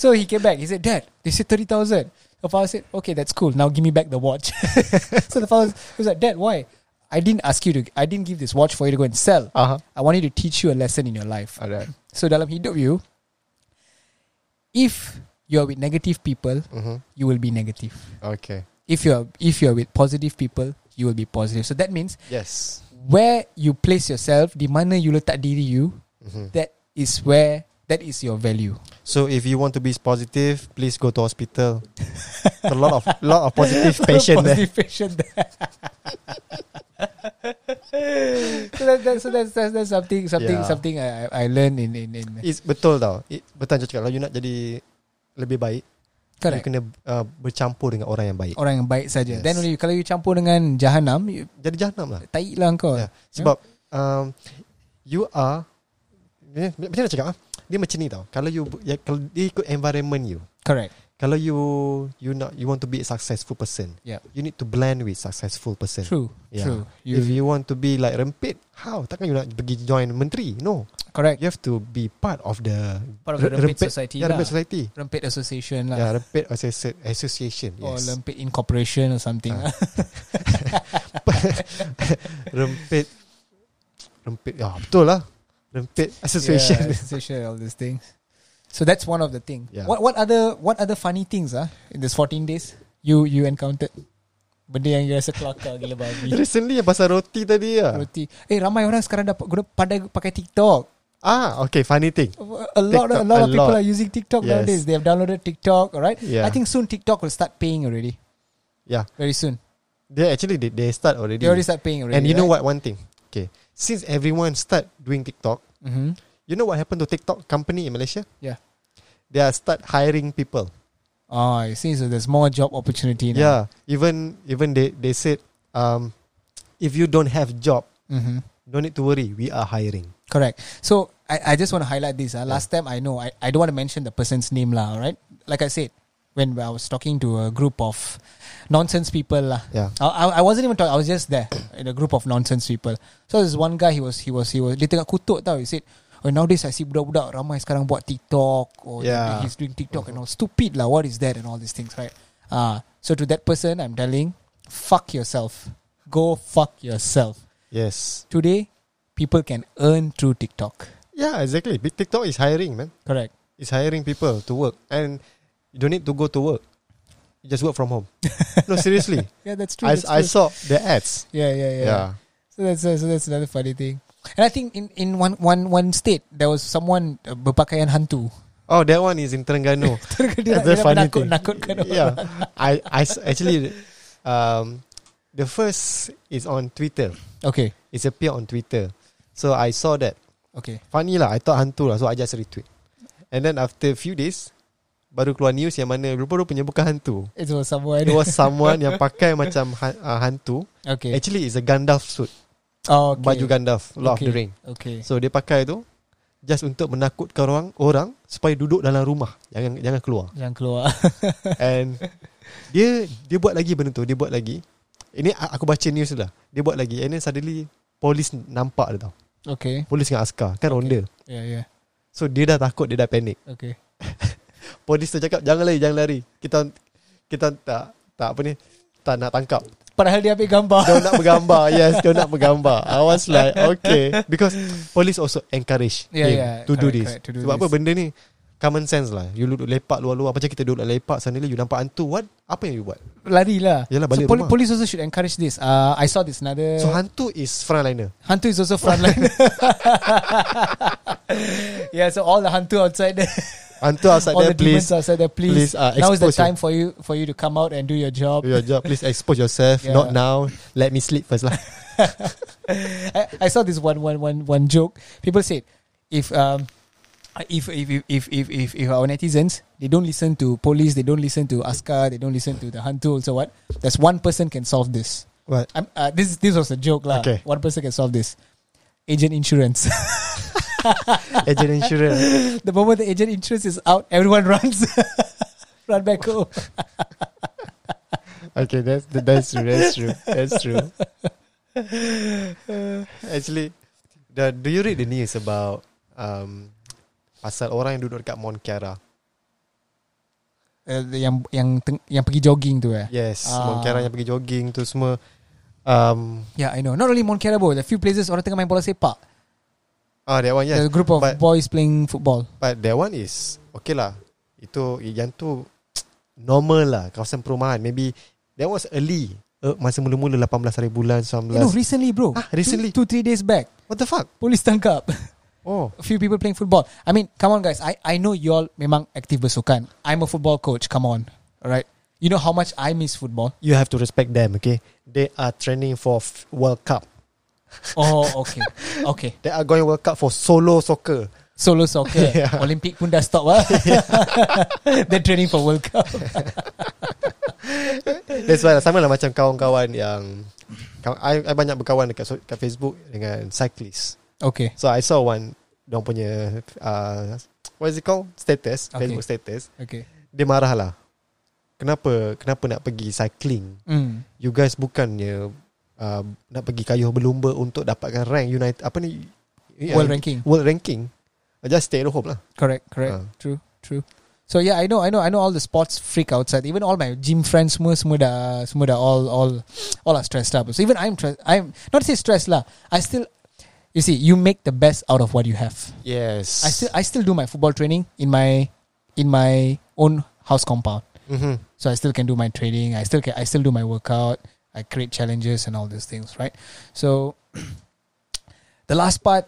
S2: so he came back. He said, Dad, they said 30,000. The father said, Okay, that's cool. Now give me back the watch. so the father was like, Dad, why? I didn't ask you to, I didn't give this watch for you to go and sell.
S3: Uh-huh.
S2: I wanted to teach you a lesson in your life.
S3: Alright.
S2: So dalam hidup you, if you are with negative people,
S3: Mhm.
S2: you will be negative.
S3: Okay.
S2: If you are if you are with positive people, you will be positive. So that means
S3: Yes. Mhm.
S2: where you place yourself, di mana you letak diri you, that is where that is your value.
S3: So if you want to be positive, please go to hospital. a lot of lot of positive patient there.
S2: Positive patient there. so that, that, so that's, that's, that's something something
S3: Yeah.
S2: something I I I learned in in, in
S3: It's betul tau. It, betul cakap kalau you nak jadi lebih baik, you
S2: correct
S3: kena uh, bercampur dengan orang yang baik.
S2: orang yang baik saja.
S3: Yes.
S2: Then only kalau you campur dengan jahanam, you,
S3: Jadi jahanam lah.
S2: tai lah kau.
S3: Oh. Yeah. Sebab um, you are eh, macam mana nak cakap ah? Dia macam ni tau. Kalau you ya, kalau dia ikut environment you.
S2: Correct.
S3: Kalau you you not you want to be a successful person,
S2: Yep.
S3: you need to blend with successful person.
S2: True.
S3: Yeah.
S2: True. You,
S3: If you want to be like rempit, how? Takkan you nak pergi join menteri? No.
S2: correct.
S3: You have to be part of the
S2: Part of the
S3: re-
S2: Rempit Society
S3: Yeah,
S2: lah.
S3: rempit society.
S2: Rempit Association lah.
S3: Yeah, rempit Associ- association.
S2: Or
S3: Yes.
S2: Rempit Incorporation or something. lah.
S3: Ah. rempit rempit. Ya, betul lah. Rempit
S2: Yeah,
S3: association.
S2: association, all these things. So that's one of the things.
S3: Yeah.
S2: What what other what other funny things ah in this 14 days you you encountered? Benda yang you rasa kelakar gila babi.
S3: Recently yang pasal roti tadi lah.
S2: Roti. Eh ramai orang sekarang dapat guna pandai pakai TikTok.
S3: Ah, okay, funny thing.
S2: A lot a
S3: TikTok,
S2: lot of
S3: a
S2: people are
S3: lot.
S2: using TikTok
S3: Yes.
S2: nowadays. They have downloaded TikTok, all right?
S3: Yeah.
S2: I think soon TikTok will start paying already.
S3: Yeah.
S2: Very soon.
S3: They Ya, actually they, they start already.
S2: They already start paying already.
S3: And you know what? One thing. Okay, since everyone start doing TikTok,
S2: Mm-hmm.
S3: you know what happened to TikTok company in Malaysia?
S2: Yeah.
S3: They are start hiring people.
S2: Oh, I see. So there's more job opportunity now.
S3: Yeah. Even even they they said, um, if you don't have job,
S2: Mm-hmm.
S3: no need to worry. We are hiring.
S2: Correct. So I, I just want to highlight this. Uh, last time I know I, I don't want to mention the person's name lah, all right? Like I said, when I was talking to a group of nonsense people lah.
S3: Yeah.
S2: I, I, I wasn't even talking, I was just there in a group of nonsense people. So this one guy he was he was he was dia tengah kutuk tau. He said, Oh, nowadays I see budak-budak ramai sekarang buat TikTok or
S3: Yeah.
S2: he's doing TikTok and all. Stupid lah, what is that and all these things, right? Ah, so to that person I'm telling, fuck yourself. Go fuck yourself.
S3: Yes.
S2: Today, people can earn through TikTok.
S3: Yeah, exactly. Big TikTok is hiring, man.
S2: Correct.
S3: It's hiring people to work, and you don't need to go to work. You just work from home. no, seriously.
S2: Yeah, that's true.
S3: I,
S2: that's
S3: I
S2: true.
S3: saw the ads.
S2: Yeah, yeah, yeah.
S3: Yeah.
S2: So that's so that's another funny thing. And I think in, in one, one, one state there was someone uh, berpakaian hantu.
S3: Oh, that one is in Terengganu.
S2: Dia
S3: That's
S2: nak-
S3: funny
S2: nakut,
S3: thing.
S2: nakutkan orang.
S3: yeah, I, I s- actually, um, the first is on Twitter.
S2: Okay.
S3: It's appear on Twitter, so I saw that.
S2: Okay.
S3: Funny lah, I thought hantu lah, so I just retweet. And then after few days, baru keluar news yang mana rupa-rupanya bukan hantu.
S2: It was someone.
S3: It was someone yang pakai macam han- uh, hantu.
S2: okay.
S3: Actually, it's a Gandalf suit,
S2: oh, okay.
S3: baju Gandalf,
S2: okay.
S3: Lord of the Ring.
S2: Okay.
S3: So dia pakai tu just untuk menakutkan orang orang supaya duduk dalam rumah, jangan jangan keluar.
S2: Yang keluar.
S3: And dia dia buat lagi benda tu, dia buat lagi. Ini a- aku baca news tu lah. Dia buat lagi and then suddenly polis nampak dia tau.
S2: okay.
S3: Polis dengan askar kan ronda.
S2: Yeah, yeah.
S3: So dia dah takut, dia dah panik.
S2: Okay.
S3: Polis tu cakap jangan lari, jangan lari. Kita kita tak tak apa ni tak nak tangkap.
S2: Padahal dia ambil gambar.
S3: Dia nak bergambar. Yes, dia nak bergambar. I was like, okay. Because police also encourage
S2: Yeah,
S3: him
S2: yeah,
S3: to do
S2: correct,
S3: this.
S2: correct, to do
S3: Sebab
S2: this.
S3: apa benda ni common sense lah. You duduk lepak luar-luar. Macam kita duduk lepak, suddenly you nampak hantu. What? Apa yang you buat?
S2: Lari lah.
S3: Yalah,
S2: so
S3: balik
S2: poli-
S3: rumah.
S2: police also should encourage this. Uh, I saw this another.
S3: So hantu is frontliner.
S2: Hantu is also frontline. yeah, so all the hantu outside there,
S3: Hantu outside
S2: all the
S3: there,
S2: demons
S3: please.
S2: outside there, please.
S3: please, uh,
S2: now is the
S3: expose your-
S2: time for you for you to come out and do your job.
S3: Do your job. Please expose yourself.
S2: Yeah.
S3: Not now. Let me sleep first lah.
S2: I, I saw this one one one one joke. People said if um if if if if if, if, if our netizens they don't listen to police, they don't listen to Askar, they don't listen to the hantu, so what? There's one person can solve this.
S3: What?
S2: I'm, uh, this this was a joke, lah.
S3: Okay.
S2: One person can solve this. Agent insurance.
S3: Agent insurance.
S2: the moment the agent insurance is out, everyone runs. Run back home.
S3: Okay, that's that's true. That's true. That's true. Actually, the, do you read the news about um, pasal orang yang duduk dekat Mount Kiara?
S2: Uh, yang yang teng- yang pergi jogging tu eh.
S3: Yes,
S2: Ah.
S3: Mount Kiara yang pergi jogging tu semua. Um,
S2: Yeah, I know. Not only Mount Carabo, there are few places orang tengah main bola sepak.
S3: ah, that one yes.
S2: There's a group of
S3: but,
S2: boys playing football.
S3: but that one is okay lah. Itu yang tu normal lah kawasan perumahan. Maybe that was early. Uh, masa mula-mula 18 hari bulan 19.
S2: You know, Eh, recently, bro.
S3: Ah, recently.
S2: Two, two, three days back,
S3: What the fuck?
S2: police tangkap.
S3: Oh.
S2: few people playing football. I mean, come on guys. I, I know you all memang aktif bersukan. I'm a football coach. Come on. All right. You know how much I miss football.
S3: You have to respect them, okay? They are training for f- World Cup.
S2: Oh, okay. Okay.
S3: They are going World Cup for solo soccer.
S2: Solo soccer.
S3: Yeah.
S2: Olympic pun dah stop ah. They're training for World Cup.
S3: That's why sama lah macam kawan-kawan yang kawan, I, I banyak berkawan dekat, so- dekat Facebook dengan cyclist.
S2: Okay.
S3: So I saw one Diorang punya uh, What is it called? Status
S2: Okay.
S3: okay. Facebook status
S2: Okay.
S3: Dia marah lah Kenapa Kenapa nak pergi cycling
S2: Mm.
S3: You guys bukannya uh, Nak pergi kayuh berlumba Untuk dapatkan rank United Apa ni
S2: World ranking.
S3: World ranking Just stay at home lah
S2: Correct, correct.
S3: Ah.
S2: True, true. So yeah, I know, I know, I know all the sports freak outside. Even all my gym friends, semua, semua dah, semua dah all, all, all are stressed up. So even I'm, stressed. I'm not say stressed lah. I still, you see, you make the best out of what you have.
S3: Yes
S2: I still, I still do my football training in my, in my own house compound.
S3: mm-hmm.
S2: So I still can do my training. I still can, I still do my workout. I create challenges and all these things, right? So the last part,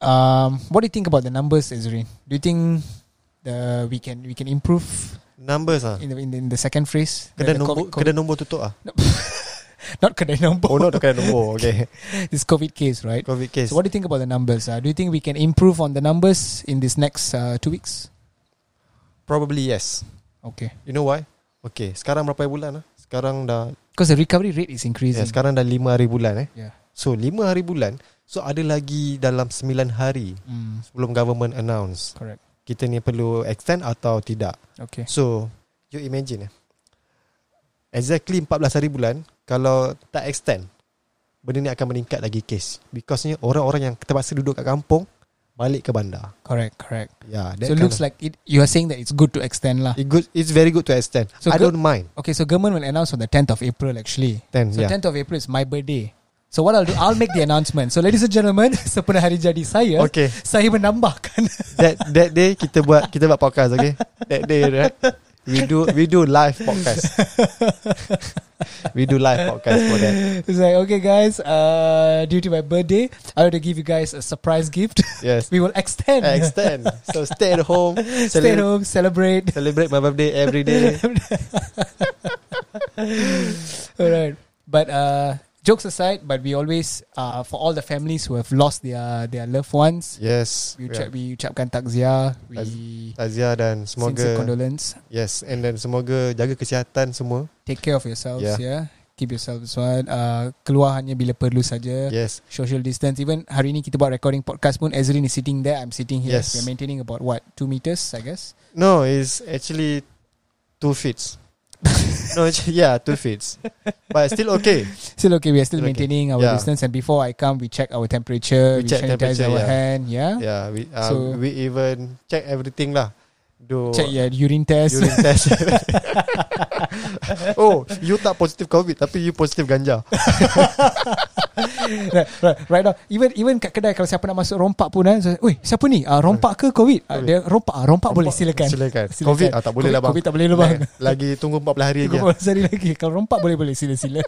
S2: um, what do you think about the numbers, Ezrin? Do you think the we can we can improve
S3: Numbers lah
S2: in the in the, in the second phase? The-
S3: Kedai
S2: the
S3: nombor,
S2: COVID-
S3: kedai nombor tutup lah
S2: COVID- not kedai number.
S3: Oh no tu kedai nombor Okay
S2: this COVID case, right?
S3: COVID case
S2: So what do you think about the numbers? Uh, do you think we can improve on the numbers in this next uh, two weeks?
S3: Probably yes
S2: Okay,
S3: You know why? Okay Sekarang berapa bulan lah? Sekarang dah
S2: because the recovery rate is
S3: Ya,
S2: increasing.
S3: sekarang dah 5 hari bulan eh.
S2: Yeah.
S3: So 5 hari bulan, so ada lagi dalam 9 hari
S2: Mm,
S3: sebelum government announce
S2: correct.
S3: kita ni perlu extend atau tidak.
S2: Okay.
S3: So you imagine eh. Exactly 14 hari bulan kalau tak extend benda ni akan meningkat lagi kes because ni orang-orang yang terpaksa duduk kat kampung balik ke bandar.
S2: Correct. Correct.
S3: Ya, yeah,
S2: So it looks like it. You are saying that it's good to extend lah.
S3: it good it's very good to extend.
S2: So
S3: So I
S2: good-
S3: don't mind.
S2: Okay, so government will announce on the 10th of April actually.
S3: 10
S2: So
S3: yeah.
S2: 10th of April is my birthday. So what I'll do, I'll make the announcement. So ladies and gentlemen, sepenuh hari jadi saya,
S3: Okay.
S2: saya menambahkan.
S3: that that day kita buat kita buat podcast okay that day right we do we do live podcast we do live podcast for that
S2: it's like, okay guys, uh, due to my birthday, I want to give you guys a surprise gift.
S3: yes
S2: we will extend.
S3: extend so stay at home
S2: Stay at
S3: cele-
S2: home, celebrate.
S3: celebrate my birthday every day
S2: All right. But uh, jokes aside, but we always, uh, for all the families who have lost their their loved ones,
S3: yes
S2: we, ucap, we ucapkan takziah,
S3: Az-
S2: we
S3: Azia dan
S2: sincere
S3: semoga
S2: condolence.
S3: yes and then semoga jaga kesihatan semua
S2: take care of yourselves yeah,
S3: Yeah.
S2: keep yourselves well uh, keluar hanya bila perlu saja
S3: yes
S2: social distance even hari ni kita buat recording podcast pun Ezrin is sitting there I'm sitting here
S3: Yes.
S2: we're maintaining about what 2 meters I guess
S3: no it's actually two fits no actually, yeah two fits but still okay
S2: still okay we're still
S3: Still okay.
S2: maintaining our
S3: Yeah.
S2: distance and before I come we check our temperature we,
S3: We check
S2: sanitize
S3: temperature,
S2: our
S3: yeah.
S2: hand yeah,
S3: yeah we uh,
S2: So-
S3: we even check everything lah do
S2: check your urine test
S3: urine test. oh, you tak positif COVID tapi you positif ganja.
S2: right, right, right now even even kat kedai kalau siapa nak masuk rompak pun kan so, Oi, siapa ni uh, rompak ke covid uh, dia rompak, ah, rompak boleh silakan
S3: Silakan. COVID ah, tak boleh
S2: COVID,
S3: lah bang.
S2: covid tak boleh lah bang
S3: Lagi- Lagi tunggu 14 hari lagi.
S2: Tunggu empat hari lagi Kalau rompak boleh boleh Sila sila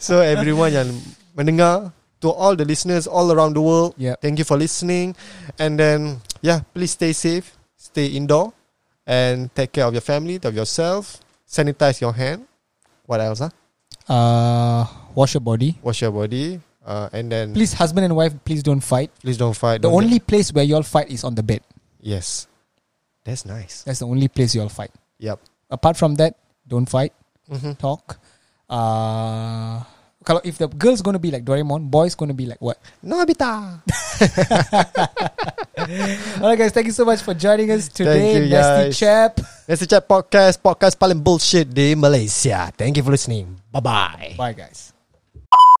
S3: So everyone yang mendengar to all the listeners all around the world,
S2: Yep.
S3: thank you for listening. And then yeah, please stay safe, stay indoor and take care of your family, of yourself, sanitize your hand. What else? Huh?
S2: uh, Wash your body
S3: Wash your body. Uh, and then
S2: Please
S3: please,
S2: husband and wife Please don't fight
S3: don't fight.
S2: The
S3: don't
S2: only place where y'all fight Is on the bed
S3: get- yes, that's nice.
S2: That's the only place y'all fight
S3: Yep.
S2: Apart from that Don't fight
S3: Mhm.
S2: Talk uh, Kalau if the girl's gonna be like Doraemon Boy's gonna be like what
S3: Nobita.
S2: Alright guys Thank you so much for joining us today
S3: you,
S2: Nasty
S3: guys.
S2: Chap
S3: That's the Chat Podcast, podcast paling bullshit di Malaysia. Thank you for listening. Bye-bye.
S2: Bye guys